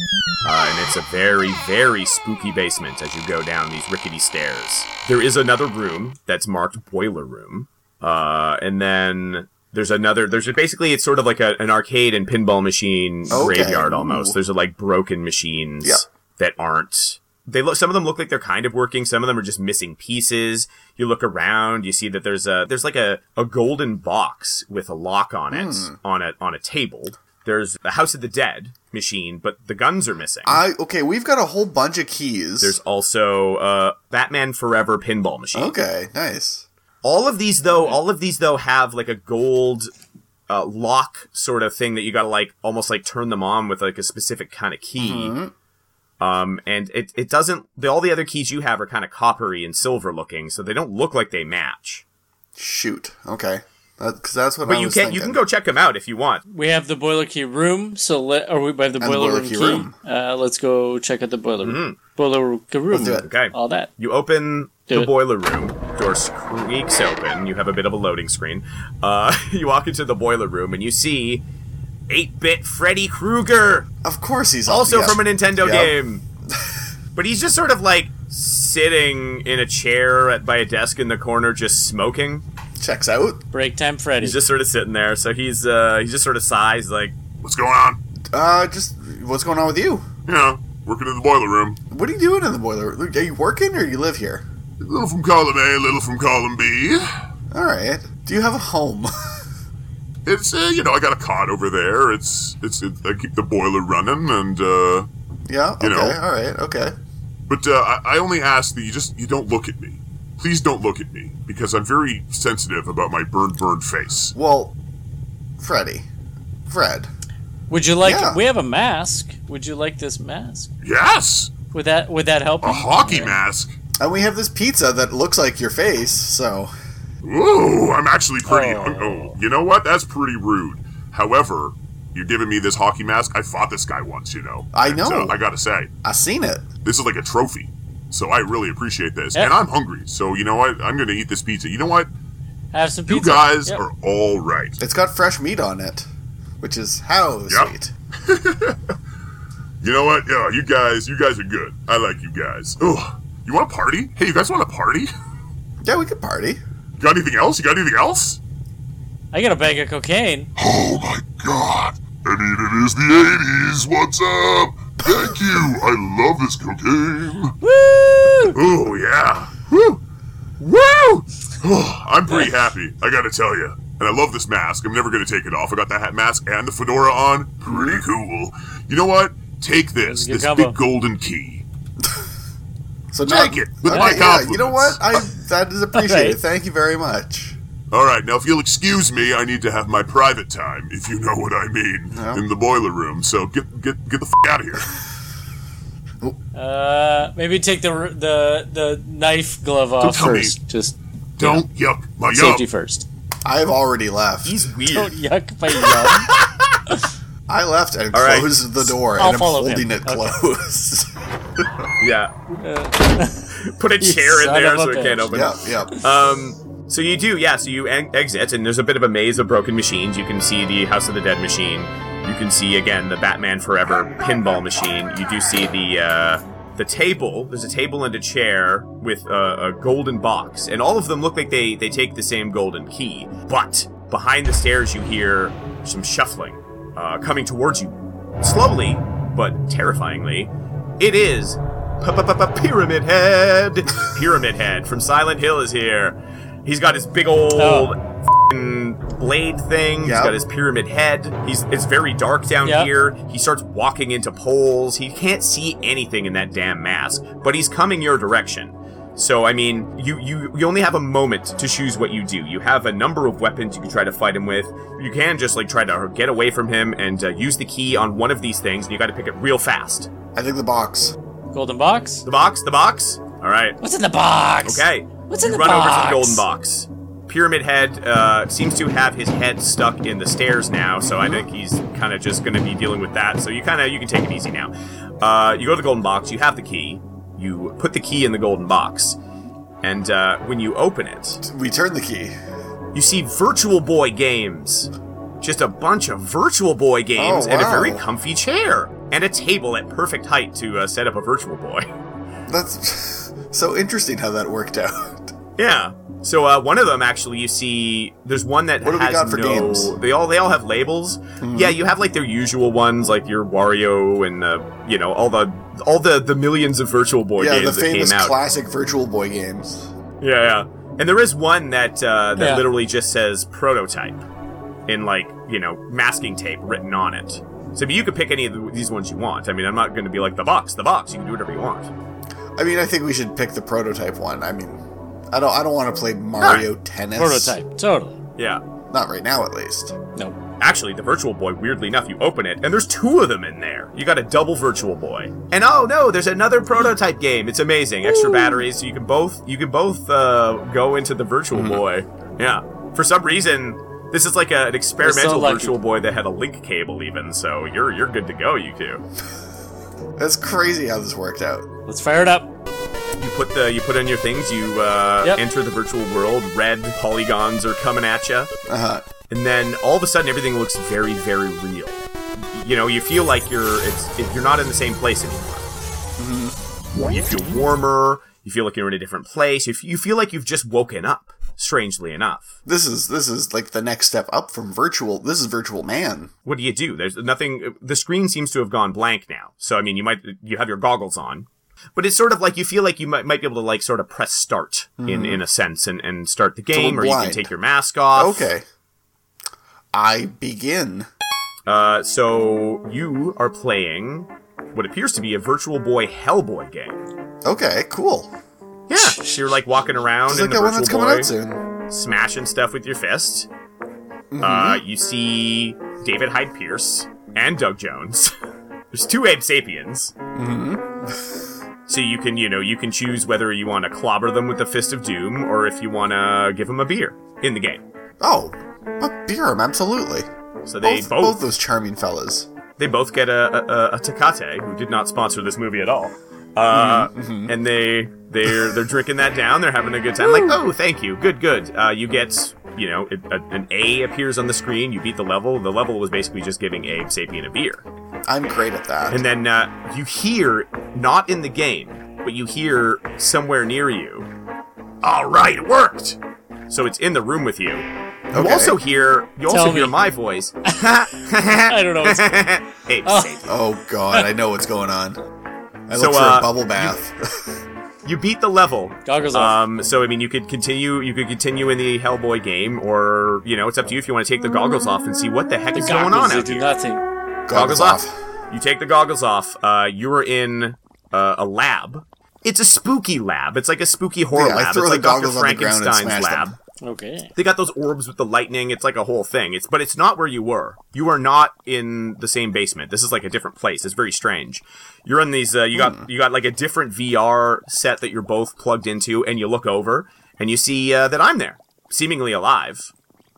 [SPEAKER 3] uh, and it's a very, very spooky basement as you go down these rickety stairs. There is another room that's marked boiler room, uh, and then there's another. There's basically it's sort of like a, an arcade and pinball machine
[SPEAKER 2] Okay.
[SPEAKER 3] graveyard almost.
[SPEAKER 2] Ooh.
[SPEAKER 3] There's like broken machines
[SPEAKER 2] Yeah.
[SPEAKER 3] that aren't. They look. Some of them look like they're kind of working. Some of them are just missing pieces. You look around. You see that there's a there's like a, a golden box with a lock on it
[SPEAKER 2] Hmm.
[SPEAKER 3] on a on a table. There's the House of the Dead machine, but the guns are missing.
[SPEAKER 2] I okay. We've got a whole bunch of keys.
[SPEAKER 3] there's also uh, Batman Forever pinball machine.
[SPEAKER 2] okay. Nice.
[SPEAKER 3] All of these though, all of these though have like a gold uh, lock sort of thing that you gotta like almost like turn them on with like a specific kind of key.
[SPEAKER 2] Uh-huh.
[SPEAKER 3] Um, and it, it doesn't the, all the other keys you have are kind of coppery and silver looking, so they don't look like they match.
[SPEAKER 2] Shoot. Okay. Because that's what
[SPEAKER 3] But
[SPEAKER 2] I
[SPEAKER 3] you
[SPEAKER 2] was
[SPEAKER 3] can
[SPEAKER 2] thinking.
[SPEAKER 3] you can go check them out if you want.
[SPEAKER 1] We have the boiler key room, so let or we have the
[SPEAKER 2] the
[SPEAKER 1] boiler,
[SPEAKER 2] boiler
[SPEAKER 1] room key.
[SPEAKER 2] key room.
[SPEAKER 1] Uh, let's go check out the boiler room. Boiler key room.
[SPEAKER 2] do it.
[SPEAKER 3] Okay.
[SPEAKER 1] All that.
[SPEAKER 3] You open
[SPEAKER 1] Do
[SPEAKER 3] the
[SPEAKER 1] it.
[SPEAKER 3] boiler room. Door squeaks open. You have a bit of a loading screen. Uh, (laughs) you walk into the boiler room and you see 8-bit Freddy Krueger,
[SPEAKER 2] Of course, he's
[SPEAKER 3] also
[SPEAKER 2] yeah.
[SPEAKER 3] from a Nintendo
[SPEAKER 2] Yeah.
[SPEAKER 3] game. but he's just sort of like sitting in a chair at, by a desk in the corner, just smoking.
[SPEAKER 2] Checks out.
[SPEAKER 1] Break time, Freddy.
[SPEAKER 3] He's just sort of sitting there. So he's uh, he just sort of sighs like,
[SPEAKER 10] What's going on?
[SPEAKER 2] Uh, just what's going on with you?
[SPEAKER 10] You know, Working in the boiler room.
[SPEAKER 2] What are you doing in the boiler room? Are you working or you live here?
[SPEAKER 10] A little from column A, a little from column B.
[SPEAKER 2] All right. Do you have a home? (laughs)
[SPEAKER 10] it's uh, you know I got a cot over there. It's it's it, I keep the boiler running and uh,
[SPEAKER 2] yeah. Okay. You know. All right. Okay.
[SPEAKER 10] But uh, I, I only ask that you just you don't look at me. Please don't look at me because I'm very sensitive about my burned burned face.
[SPEAKER 2] Well, Freddy, Fred.
[SPEAKER 1] Would you like? Yeah. We have a mask. Would you like this mask?
[SPEAKER 10] Yes.
[SPEAKER 1] Would that would that help?
[SPEAKER 10] A you? hockey yeah. mask.
[SPEAKER 2] And we have this pizza that looks like your face, so.
[SPEAKER 10] Ooh, I'm actually pretty. Oh. oh. you know what? That's pretty rude. However, you're giving me this hockey mask. I fought this guy once, you know.
[SPEAKER 2] I know.
[SPEAKER 10] So I gotta say,
[SPEAKER 2] I seen it.
[SPEAKER 10] This is like a trophy, so I really appreciate this. Yep. And I'm hungry, so you know what? I'm gonna eat this pizza. You know what?
[SPEAKER 1] Have some
[SPEAKER 10] You
[SPEAKER 1] pizza.
[SPEAKER 10] guys yep. are all right.
[SPEAKER 2] It's got fresh meat on it, which is how yep. sweet.
[SPEAKER 10] you know what? Yeah, you guys, you guys are good. I like you guys. Oh. You want to party? Hey, you guys want to party? (laughs)
[SPEAKER 2] Yeah, we could party.
[SPEAKER 10] You got anything else? You got anything else?
[SPEAKER 1] I got a bag of cocaine.
[SPEAKER 10] Oh my god! I mean, it is the 80s. What's up? Thank you. I love this cocaine.
[SPEAKER 1] Woo!
[SPEAKER 10] Oh yeah. Woo! Woo! Oh, I'm pretty happy. I gotta tell you. And I love this mask. I'm never gonna take it off. I got that hat mask and the fedora on. Pretty cool. You know what? Take this. This combo. big golden key.
[SPEAKER 2] So
[SPEAKER 10] take
[SPEAKER 2] no,
[SPEAKER 10] it with okay, my compliments.
[SPEAKER 2] Yeah, you know what? I that is appreciated. right. Thank you very much.
[SPEAKER 10] All right, now if you'll excuse me, I need to have my private time, if you know what I mean, no. in the boiler room. So get get get the f- out of
[SPEAKER 1] here. uh, maybe take the the the knife glove off first. Me. Just
[SPEAKER 10] don't yeah. yuck my
[SPEAKER 1] safety
[SPEAKER 10] yuck.
[SPEAKER 1] first.
[SPEAKER 2] I've already left.
[SPEAKER 6] He's weird.
[SPEAKER 1] Don't yuck my yuck.
[SPEAKER 2] I left and All closed right. the door,
[SPEAKER 1] I'll
[SPEAKER 2] and I'm holding
[SPEAKER 1] him.
[SPEAKER 2] it okay. closed. (laughs)
[SPEAKER 3] yeah. (laughs) Put a chair in there so it bitch. can't open.
[SPEAKER 2] Yeah, yeah.
[SPEAKER 3] (laughs) Um, so you do, yeah. So you en- exit, and there's a bit of a maze of broken machines. You can see the House of the Dead machine. You can see again the Batman Forever pinball machine. You do see the uh, the table. There's a table and a chair with a, a golden box, and all of them look like they they take the same golden key. But behind the stairs, you hear some shuffling uh, coming towards you, slowly but terrifyingly. It is Pyramid Head. Pyramid Head from Silent Hill is here. He's got his big old oh. blade thing. Yep. He's got his pyramid head. He's it's very dark down yep. here. He starts walking into poles. He can't see anything in that damn mask, but he's coming your direction. So I mean, you, you you only have a moment to choose what you do. You have a number of weapons you can try to fight him with. You can just like try to get away from him and uh, use the key on one of these things, and you got to pick it real fast.
[SPEAKER 2] I think the box.
[SPEAKER 1] Golden box.
[SPEAKER 3] The box. The box. All right.
[SPEAKER 1] What's in the box?
[SPEAKER 3] Okay.
[SPEAKER 1] What's in
[SPEAKER 3] you
[SPEAKER 1] the run box?
[SPEAKER 3] Run over to the golden box. Pyramid Head uh, seems to have his head stuck in the stairs now, so
[SPEAKER 1] Mm-hmm.
[SPEAKER 3] I think he's kind of just going to be dealing with that. So you kind of you can take it easy now. Uh, you go to the golden box. You have the key you put the key in the golden box, and uh, when you open it,
[SPEAKER 2] we turn the key.
[SPEAKER 3] You see Virtual Boy games, just a bunch of Virtual Boy games,
[SPEAKER 2] oh,
[SPEAKER 3] wow. and a very
[SPEAKER 2] wow.
[SPEAKER 3] comfy chair and a table at perfect height to uh, set up a Virtual Boy. (laughs)
[SPEAKER 2] That's (laughs) so interesting how that worked out.
[SPEAKER 3] Yeah. So uh, one of them actually, you see, there's one that
[SPEAKER 2] what
[SPEAKER 3] has
[SPEAKER 2] do we got for
[SPEAKER 3] no.
[SPEAKER 2] Games?
[SPEAKER 3] They all they all have labels. Mm-hmm. Yeah, you have like their usual ones, like your Wario and uh, you know all the all the the millions of Virtual Boy
[SPEAKER 2] yeah,
[SPEAKER 3] games
[SPEAKER 2] the famous
[SPEAKER 3] that came out.
[SPEAKER 2] classic Virtual Boy games.
[SPEAKER 3] Yeah, yeah. And there is one that uh, that
[SPEAKER 1] Yeah.
[SPEAKER 3] literally just says prototype in like you know masking tape written on it. So I mean, you could pick any of the, these ones you want. I mean, I'm not going to be like the box, the box. You can do whatever you want.
[SPEAKER 2] I mean, I think we should pick the prototype one. I mean, I don't I don't want to play Mario Tennis.
[SPEAKER 1] Prototype. Totally.
[SPEAKER 3] Yeah.
[SPEAKER 2] Not right now, at least.
[SPEAKER 1] No.
[SPEAKER 3] Actually, the Virtual Boy, weirdly enough, you open it, and there's two of them in there. You got a double Virtual Boy, and oh no, there's another prototype game. It's amazing. Extra batteries, so you can both you can both uh, go into the Virtual Boy. Yeah. For some reason, this is like a, an experimental
[SPEAKER 1] lucky.
[SPEAKER 3] Virtual Boy that had a link cable, even. So you're you're good to go, you two.
[SPEAKER 2] That's crazy how this worked out.
[SPEAKER 1] Let's fire it up.
[SPEAKER 3] You put the you put in your things. You uh,
[SPEAKER 1] Yep.
[SPEAKER 3] enter the virtual world. Red polygons are coming at you,
[SPEAKER 2] Uh-huh.
[SPEAKER 3] and then all of a sudden everything looks very very real. You know, you feel like you're it's if you're not in the same place anymore. You feel warmer. You feel like you're in a different place. You, f- you feel like you've just woken up. strangely enough.
[SPEAKER 2] This is this is like the next step up from virtual. This is virtual man.
[SPEAKER 3] What do you do? There's nothing the screen seems to have gone blank now. So I mean, you might you have your goggles on, but it's sort of like you feel like you might, might be able to like sort of press start mm.
[SPEAKER 2] Hmm.
[SPEAKER 3] in in a sense and and start the game, so or you can take your mask off.
[SPEAKER 2] Okay, I begin.
[SPEAKER 3] Uh, so you are playing what appears to be a Virtual Boy Hellboy game.
[SPEAKER 2] Okay, cool.
[SPEAKER 3] Yeah, so you're like walking around
[SPEAKER 2] Just
[SPEAKER 3] in
[SPEAKER 2] like
[SPEAKER 3] the
[SPEAKER 2] that
[SPEAKER 3] Virtual
[SPEAKER 2] one
[SPEAKER 3] Boy,
[SPEAKER 2] that's coming out soon.
[SPEAKER 3] smashing stuff with your fist.
[SPEAKER 2] Mm-hmm.
[SPEAKER 3] Uh, you see David Hyde Pierce and Doug Jones. (laughs) There's two Abe Sapiens.
[SPEAKER 2] Mm-hmm.
[SPEAKER 3] so you can, you know, you can choose whether you want to clobber them with the Fist of Doom or if you want to give them a beer in the game.
[SPEAKER 2] Oh, a beer, absolutely.
[SPEAKER 3] So they
[SPEAKER 2] both, both those charming fellas.
[SPEAKER 3] They both get a, a, a Tecate, who did not sponsor this movie at all. Uh, mm-hmm. and they they're they're drinking that down. They're having a good time. Like, oh, thank you, good, good. Uh, you get you know it, a, an A appears on the screen. You beat the level. The level was basically just giving Abe Sapien a beer.
[SPEAKER 2] I'm great at that.
[SPEAKER 3] And then uh, you hear not in the game, but you hear somewhere near you. All right, it worked. So it's in the room with you. You okay. also hear you
[SPEAKER 1] Tell
[SPEAKER 3] also
[SPEAKER 1] me.
[SPEAKER 3] hear
[SPEAKER 1] (laughs)
[SPEAKER 3] my voice. (laughs)
[SPEAKER 1] I don't know. What's
[SPEAKER 3] Abe
[SPEAKER 1] Oh.
[SPEAKER 3] Sapien.
[SPEAKER 2] Oh God, I know what's going
[SPEAKER 3] (laughs)
[SPEAKER 2] on. I
[SPEAKER 3] So,
[SPEAKER 2] look for
[SPEAKER 3] uh,
[SPEAKER 2] a bubble bath.
[SPEAKER 3] you beat the level.
[SPEAKER 1] Goggles off.
[SPEAKER 3] Um, so I mean, you could continue. You could continue in the Hellboy game, or you know, it's up to you if you want to take the goggles off and see what the heck
[SPEAKER 1] The
[SPEAKER 3] is going on
[SPEAKER 1] goggles, they
[SPEAKER 3] out
[SPEAKER 1] do
[SPEAKER 3] here.
[SPEAKER 1] nothing.
[SPEAKER 3] Goggles off. You take the goggles off. Uh, you are in uh, a lab. It's a spooky lab. It's like a spooky horror
[SPEAKER 2] Yeah, I
[SPEAKER 3] lab.
[SPEAKER 2] throw
[SPEAKER 3] it's
[SPEAKER 2] the
[SPEAKER 3] like Dr.
[SPEAKER 2] goggles on the ground and
[SPEAKER 3] Frankenstein's
[SPEAKER 2] smash them.
[SPEAKER 3] lab.
[SPEAKER 1] Okay.
[SPEAKER 3] They got those orbs with the lightning. It's like a whole thing. It's but it's not where you were. You are not in the same basement. This is like a different place. It's very strange. You're in these. Uh, you
[SPEAKER 2] Hmm.
[SPEAKER 3] got you got like a different VR set that you're both plugged into, and you look over and you see uh, that I'm there, seemingly alive.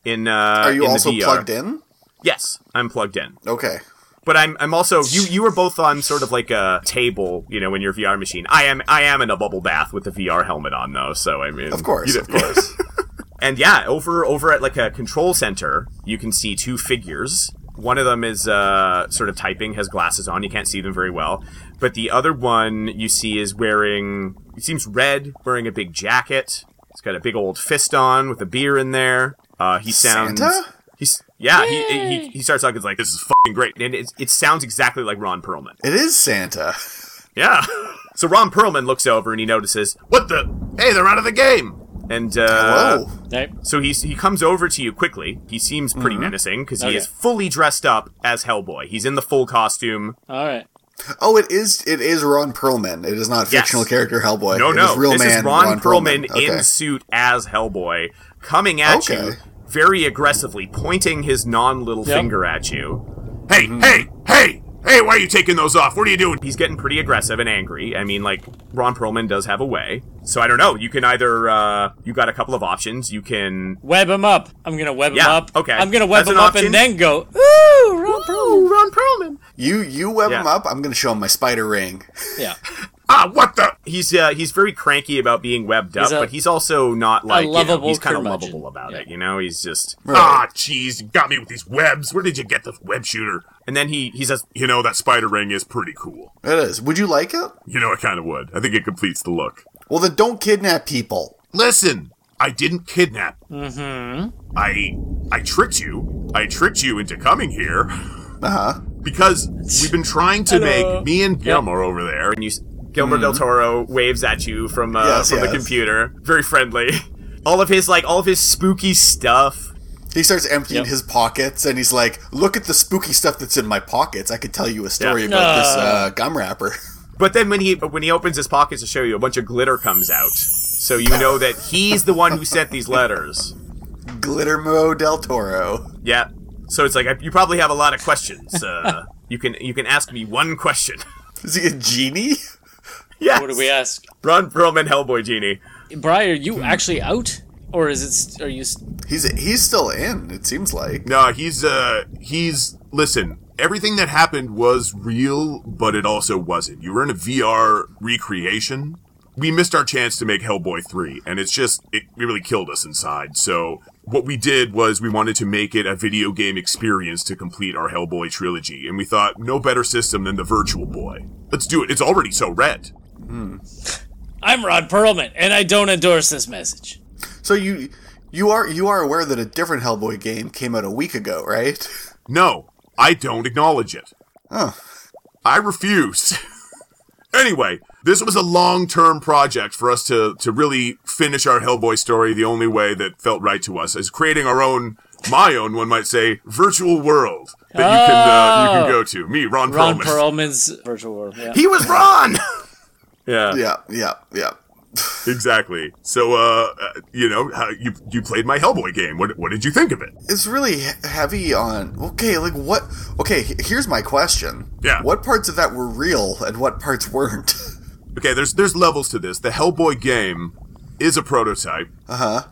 [SPEAKER 3] In uh,
[SPEAKER 2] Are you
[SPEAKER 3] in
[SPEAKER 2] also
[SPEAKER 3] the VR.
[SPEAKER 2] plugged in?
[SPEAKER 3] Yes, I'm plugged in.
[SPEAKER 2] Okay.
[SPEAKER 3] But I'm I'm also you you were both on sort of like a table, you know, in your VR machine. I am I am in a bubble bath with a VR helmet on though, so I mean
[SPEAKER 2] Of course,
[SPEAKER 3] you-
[SPEAKER 2] of
[SPEAKER 3] (laughs)
[SPEAKER 2] course.
[SPEAKER 3] and yeah, over over at like a control center, you can see two figures. One of them is uh, sort of typing, has glasses on. You can't see them very well, but the other one you see is wearing. It seems red, wearing a big jacket. He's got a big old fist on with a beer in there. Uh, he sounds.
[SPEAKER 2] Santa?
[SPEAKER 3] He's yeah. He, he he starts talking it's like this is fucking great, and it, it sounds exactly like Ron Perlman.
[SPEAKER 2] It is Santa.
[SPEAKER 3] Yeah. (laughs) So Ron Perlman looks over and he notices what the hey they're out of the game and uh,
[SPEAKER 2] Hello.
[SPEAKER 1] Right.
[SPEAKER 3] so he's, he comes over to you quickly. He seems
[SPEAKER 2] Mm-hmm.
[SPEAKER 3] pretty menacing
[SPEAKER 2] Oh,
[SPEAKER 3] 'cause menacing because he
[SPEAKER 1] Okay.
[SPEAKER 3] is fully dressed up as Hellboy. He's in the full costume.
[SPEAKER 1] All right.
[SPEAKER 2] Oh, it is. It is Ron Perlman. It is not
[SPEAKER 3] Yes.
[SPEAKER 2] fictional character Hellboy.
[SPEAKER 3] No,
[SPEAKER 2] It
[SPEAKER 3] no,
[SPEAKER 2] is real
[SPEAKER 3] this
[SPEAKER 2] man
[SPEAKER 3] is Ron, Perlman,
[SPEAKER 2] Okay.
[SPEAKER 3] in suit as Hellboy coming at
[SPEAKER 2] Okay.
[SPEAKER 3] you very aggressively, pointing his non-little
[SPEAKER 1] Yep.
[SPEAKER 3] finger at you.
[SPEAKER 5] Hey, hey, hey, hey, why are you taking those off? What are you doing?
[SPEAKER 3] He's getting pretty aggressive and angry. I mean, like Ron Perlman does have a way. So I don't know. You can either uh, you got a couple of options. You can
[SPEAKER 1] Web him up. I'm gonna web him
[SPEAKER 3] Yeah,
[SPEAKER 1] up.
[SPEAKER 3] okay.
[SPEAKER 1] I'm gonna web
[SPEAKER 3] That's
[SPEAKER 1] him
[SPEAKER 3] an
[SPEAKER 1] up
[SPEAKER 3] option.
[SPEAKER 1] and then go. Ooh, Ron Perlman.
[SPEAKER 3] Ron Perlman.
[SPEAKER 2] You you web
[SPEAKER 3] Yeah.
[SPEAKER 2] him up. I'm going to show him my spider ring.
[SPEAKER 1] Yeah.
[SPEAKER 5] Ah, what the?
[SPEAKER 3] he's uh, he's very cranky about being webbed up,
[SPEAKER 1] He's a-
[SPEAKER 3] but he's also not like you know,
[SPEAKER 1] lovable
[SPEAKER 3] he's kind of
[SPEAKER 1] curmudgeon.
[SPEAKER 3] lovable about
[SPEAKER 1] Yeah.
[SPEAKER 3] it. You know, he's just
[SPEAKER 5] Ah, jeez, you got me with these webs. Where did you get the web shooter?
[SPEAKER 3] and then he he says
[SPEAKER 5] You know, that spider ring is pretty cool.
[SPEAKER 2] It is. Would you like it?
[SPEAKER 5] You know, I kind of would. I think it completes the look.
[SPEAKER 2] Well, then don't kidnap people.
[SPEAKER 5] Listen, I didn't kidnap. Mm-hmm. I I tricked you. I tricked you into coming here
[SPEAKER 2] Uh huh.
[SPEAKER 5] because we've been trying to
[SPEAKER 1] Hello.
[SPEAKER 5] make me and Gilmore over there.
[SPEAKER 3] and you s- Gilmer del Toro waves at you from uh,
[SPEAKER 2] Mm-hmm. Yes,
[SPEAKER 3] from
[SPEAKER 2] yes.
[SPEAKER 3] the computer, very friendly. (laughs) all of his like all of his spooky stuff.
[SPEAKER 2] He starts emptying
[SPEAKER 1] Yep.
[SPEAKER 2] his pockets and he's like, "Look at the spooky stuff that's in my pockets. I could tell you a story
[SPEAKER 3] Yeah.
[SPEAKER 2] about this uh, gum wrapper." (laughs)
[SPEAKER 3] But then when he when he opens his pockets to show you, a bunch of glitter comes out. So you know that he's the one who sent these letters.
[SPEAKER 2] Glittermo del Toro.
[SPEAKER 3] Yeah. So it's like I, you probably have a lot of questions.
[SPEAKER 1] (laughs)
[SPEAKER 3] Uh, you can you can ask me one question. (laughs)
[SPEAKER 2] Is he a genie?
[SPEAKER 3] yes.
[SPEAKER 1] What do we ask?
[SPEAKER 3] Ron Perlman, Hellboy genie.
[SPEAKER 1] Briar, are you actually out, or is it? st- Are you? st-
[SPEAKER 2] He's he's still in. It seems like.
[SPEAKER 5] No, he's uh he's listen, everything that happened was real, but it also wasn't. You were in a VR recreation. We missed our chance to make Hellboy 3, and it's just it really killed us inside. So what we did was we wanted to make it a video game experience to complete our Hellboy trilogy, and we thought no better system than the Virtual Boy. Let's do it. It's already so red.
[SPEAKER 1] I'm Ron Perlman, and I don't endorse this message.
[SPEAKER 2] So you You are you are aware that a different Hellboy game came out a week ago, right? (laughs)
[SPEAKER 5] No, I don't acknowledge it.
[SPEAKER 2] Oh.
[SPEAKER 5] I refuse. (laughs) anyway, this was a long-term project for us to to really finish our Hellboy story the only way that felt right to us is creating our own my own, one might say, virtual world that you can uh, you can go to. Me, Ron,
[SPEAKER 1] Ron
[SPEAKER 5] Perlman.
[SPEAKER 1] Perlman's virtual world. Yeah.
[SPEAKER 3] He was Ron. (laughs)
[SPEAKER 5] yeah.
[SPEAKER 2] Yeah, yeah, yeah.
[SPEAKER 5] exactly. So, uh, uh, you know, how you you played my Hellboy game. What what did you think of it?
[SPEAKER 2] It's really he- heavy on. Okay, like what? Okay, he- here's my question.
[SPEAKER 5] Yeah.
[SPEAKER 2] What parts of that were real and what parts weren't? (laughs)
[SPEAKER 5] okay, there's there's levels to this. The Hellboy game is a prototype.
[SPEAKER 2] Uh huh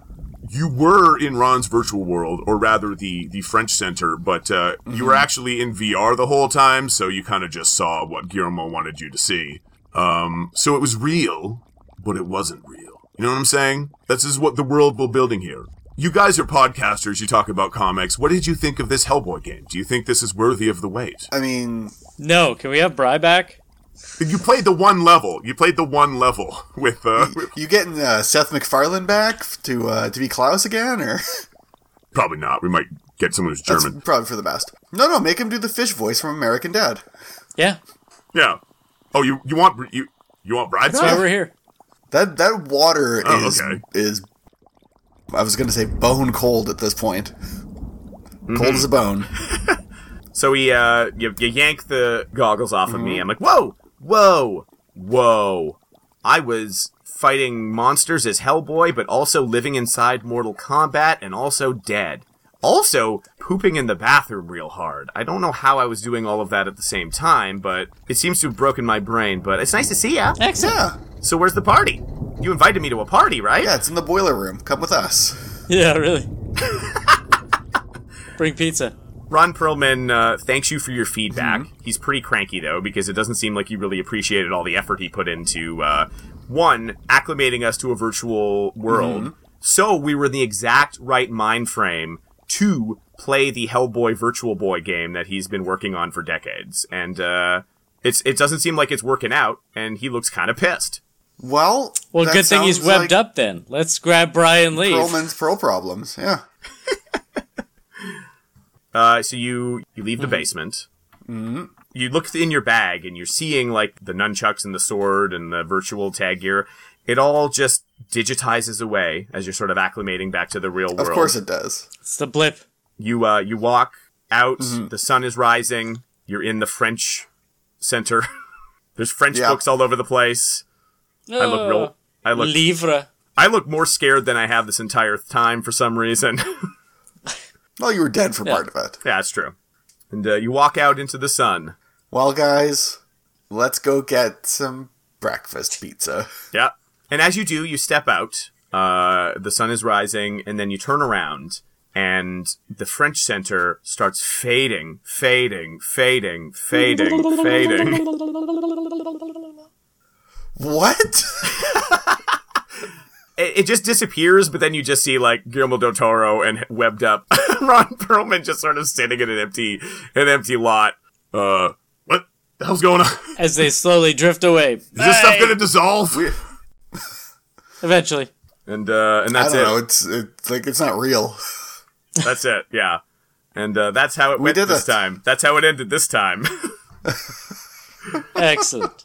[SPEAKER 5] you were in Ron's virtual world, or rather the the French Center, but uh, mm-hmm. you were actually in VR the whole time, so you kind of just saw what Guillermo wanted you to see. Um, so it was real, but it wasn't real. You know what I'm saying? This is what the world we're building here. You guys are podcasters. You talk about comics. What did you think of this Hellboy game? Do you think this is worthy of the wait?
[SPEAKER 2] I mean,
[SPEAKER 1] no. Can we have Bry back?
[SPEAKER 5] You played the one level. You played the one level (laughs) with. Uh,
[SPEAKER 2] you, you getting uh, Seth MacFarlane back to uh, to be Klaus again, or (laughs)
[SPEAKER 5] probably not. We might get someone who's German.
[SPEAKER 2] That's probably for the best. No, no, make him do the fish voice from American Dad.
[SPEAKER 1] Yeah.
[SPEAKER 5] Yeah. Oh, you you want you you want bride?
[SPEAKER 1] That's why we're here.
[SPEAKER 2] That that water oh, is okay. is. I was going to say bone cold at this point. Mm-hmm. Cold as a (laughs) bone.
[SPEAKER 3] so he, uh, you, you yank the goggles off mm-hmm. of me. I'm like, whoa, whoa, whoa. I was fighting monsters as Hellboy, but also living inside Mortal Kombat and also dead. Also, pooping in the bathroom real hard. I don't know how I was doing all of that at the same time, but it seems to have broken my brain. But it's nice to see ya.
[SPEAKER 1] Excellent.
[SPEAKER 2] Yeah.
[SPEAKER 3] So, where's the party? You invited me to a party, right?
[SPEAKER 2] Yeah, it's in the boiler room. Come with us.
[SPEAKER 1] (laughs) Yeah, (laughs) really. Bring pizza.
[SPEAKER 3] Ron Perlman uh, thanks you for your feedback. Mm-hmm. He's pretty cranky though because it doesn't seem like he really appreciated all the effort he put into uh, one acclimating us to a virtual world. Mm-hmm. So we were in the exact right mind frame to play the Hellboy Virtual Boy game that he's been working on for decades, and uh, it's it doesn't seem like it's working out, and he looks kind of pissed.
[SPEAKER 2] Well,
[SPEAKER 1] well, good thing he's webbed like up. Then let's grab Brian Lee.
[SPEAKER 2] Perlman's pro problems, yeah.
[SPEAKER 3] Uh, so you you leave the mm-hmm. basement.
[SPEAKER 2] Mm-hmm.
[SPEAKER 3] You look in your bag and you're seeing like the nunchucks and the sword and the virtual tag gear. It all just digitizes away as you're sort of acclimating back to the real world.
[SPEAKER 2] Of course it does.
[SPEAKER 1] It's the blip.
[SPEAKER 3] You uh, you walk out. Mm-hmm. The sun is rising. You're in the French center. (laughs) There's French yeah. books all over the place. Uh, I look real. I look
[SPEAKER 1] Oh, livre.
[SPEAKER 3] I look more scared than I have this entire time for some reason. (laughs)
[SPEAKER 2] Well, you were dead for yeah. part of it.
[SPEAKER 3] Yeah, that's true. And uh, you walk out into the sun.
[SPEAKER 2] Well, guys, let's go get some breakfast pizza.
[SPEAKER 3] Yeah. And as you do, you step out. Uh, the sun is rising, and then you turn around, and the French Center starts fading, fading, fading, fading, fading.
[SPEAKER 2] What?
[SPEAKER 3] it, just disappears, but then you just see like Guillermo del Toro and (laughs) webbed up Ron Perlman just sort of standing in an empty an empty lot. Uh, what the hell's going on?
[SPEAKER 1] As they slowly drift away.
[SPEAKER 5] Is this stuff gonna dissolve?
[SPEAKER 2] (laughs)
[SPEAKER 1] Eventually.
[SPEAKER 3] And uh, and that's
[SPEAKER 2] I don't
[SPEAKER 3] it.
[SPEAKER 2] Know, it's it's like it's not real.
[SPEAKER 3] That's it. Yeah. And uh, that's how it we went did this it. time. That's how it ended this time. (laughs)
[SPEAKER 1] Excellent.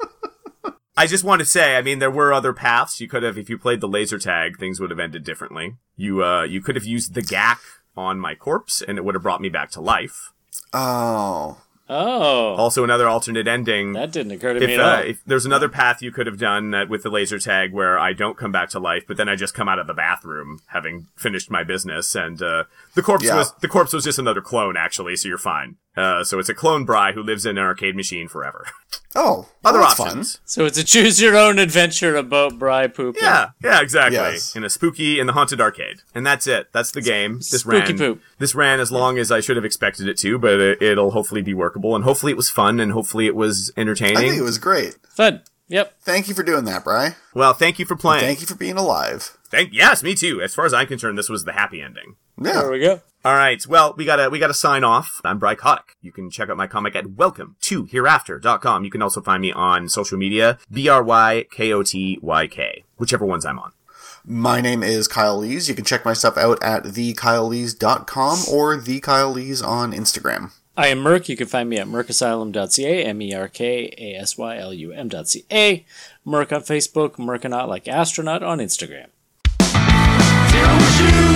[SPEAKER 3] I just want to say, I mean, there were other paths you could have. If you played the laser tag, things would have ended differently. You, uh, you could have used the gack on my corpse, and it would have brought me back to life.
[SPEAKER 2] Oh.
[SPEAKER 1] Oh.
[SPEAKER 3] Also, another alternate ending.
[SPEAKER 1] That didn't occur to
[SPEAKER 3] if,
[SPEAKER 1] me at uh,
[SPEAKER 3] all. If there's another path you could have done that with the laser tag, where I don't come back to life, but then I just come out of the bathroom having finished my business, and uh, the corpse yeah. was the corpse was just another clone, actually. So you're fine. Uh, so it's a clone Bry who lives in an arcade machine forever. (laughs)
[SPEAKER 2] Oh,
[SPEAKER 3] other
[SPEAKER 2] well,
[SPEAKER 3] options.
[SPEAKER 2] Fun.
[SPEAKER 1] So it's a choose your own adventure about Bry poop.
[SPEAKER 3] Yeah, yeah, exactly. Yes. In a spooky in the haunted arcade, and that's it. That's the game. This
[SPEAKER 1] spooky
[SPEAKER 3] ran,
[SPEAKER 1] poop.
[SPEAKER 3] This ran as long as I should have expected it to, but it, will hopefully be workable, and hopefully it was fun, and hopefully it was entertaining. I
[SPEAKER 2] think it was great.
[SPEAKER 1] Fun. Yep.
[SPEAKER 2] Thank you for doing that, Bry.
[SPEAKER 3] Well, thank you for playing.
[SPEAKER 2] And thank you for being alive.
[SPEAKER 3] Thank yes, me too. As far as I'm concerned, this was the happy ending.
[SPEAKER 2] Yeah.
[SPEAKER 1] There we go.
[SPEAKER 3] All right. Well, we gotta we gotta sign off. I'm Bry Kotick. You can check out my comic at welcome to hereafter.com. You can also find me on social media, B R Y K O T Y K, whichever ones I'm on.
[SPEAKER 2] My name is Kyle Lees. You can check my stuff out at thekylelees.com or thekylelees on Instagram.
[SPEAKER 1] I am Merk. You can find me at mercasylum.ca, M E R K A S Y L U M.ca. Merk on Facebook, Merconaut like astronaut on Instagram. Zero shoes!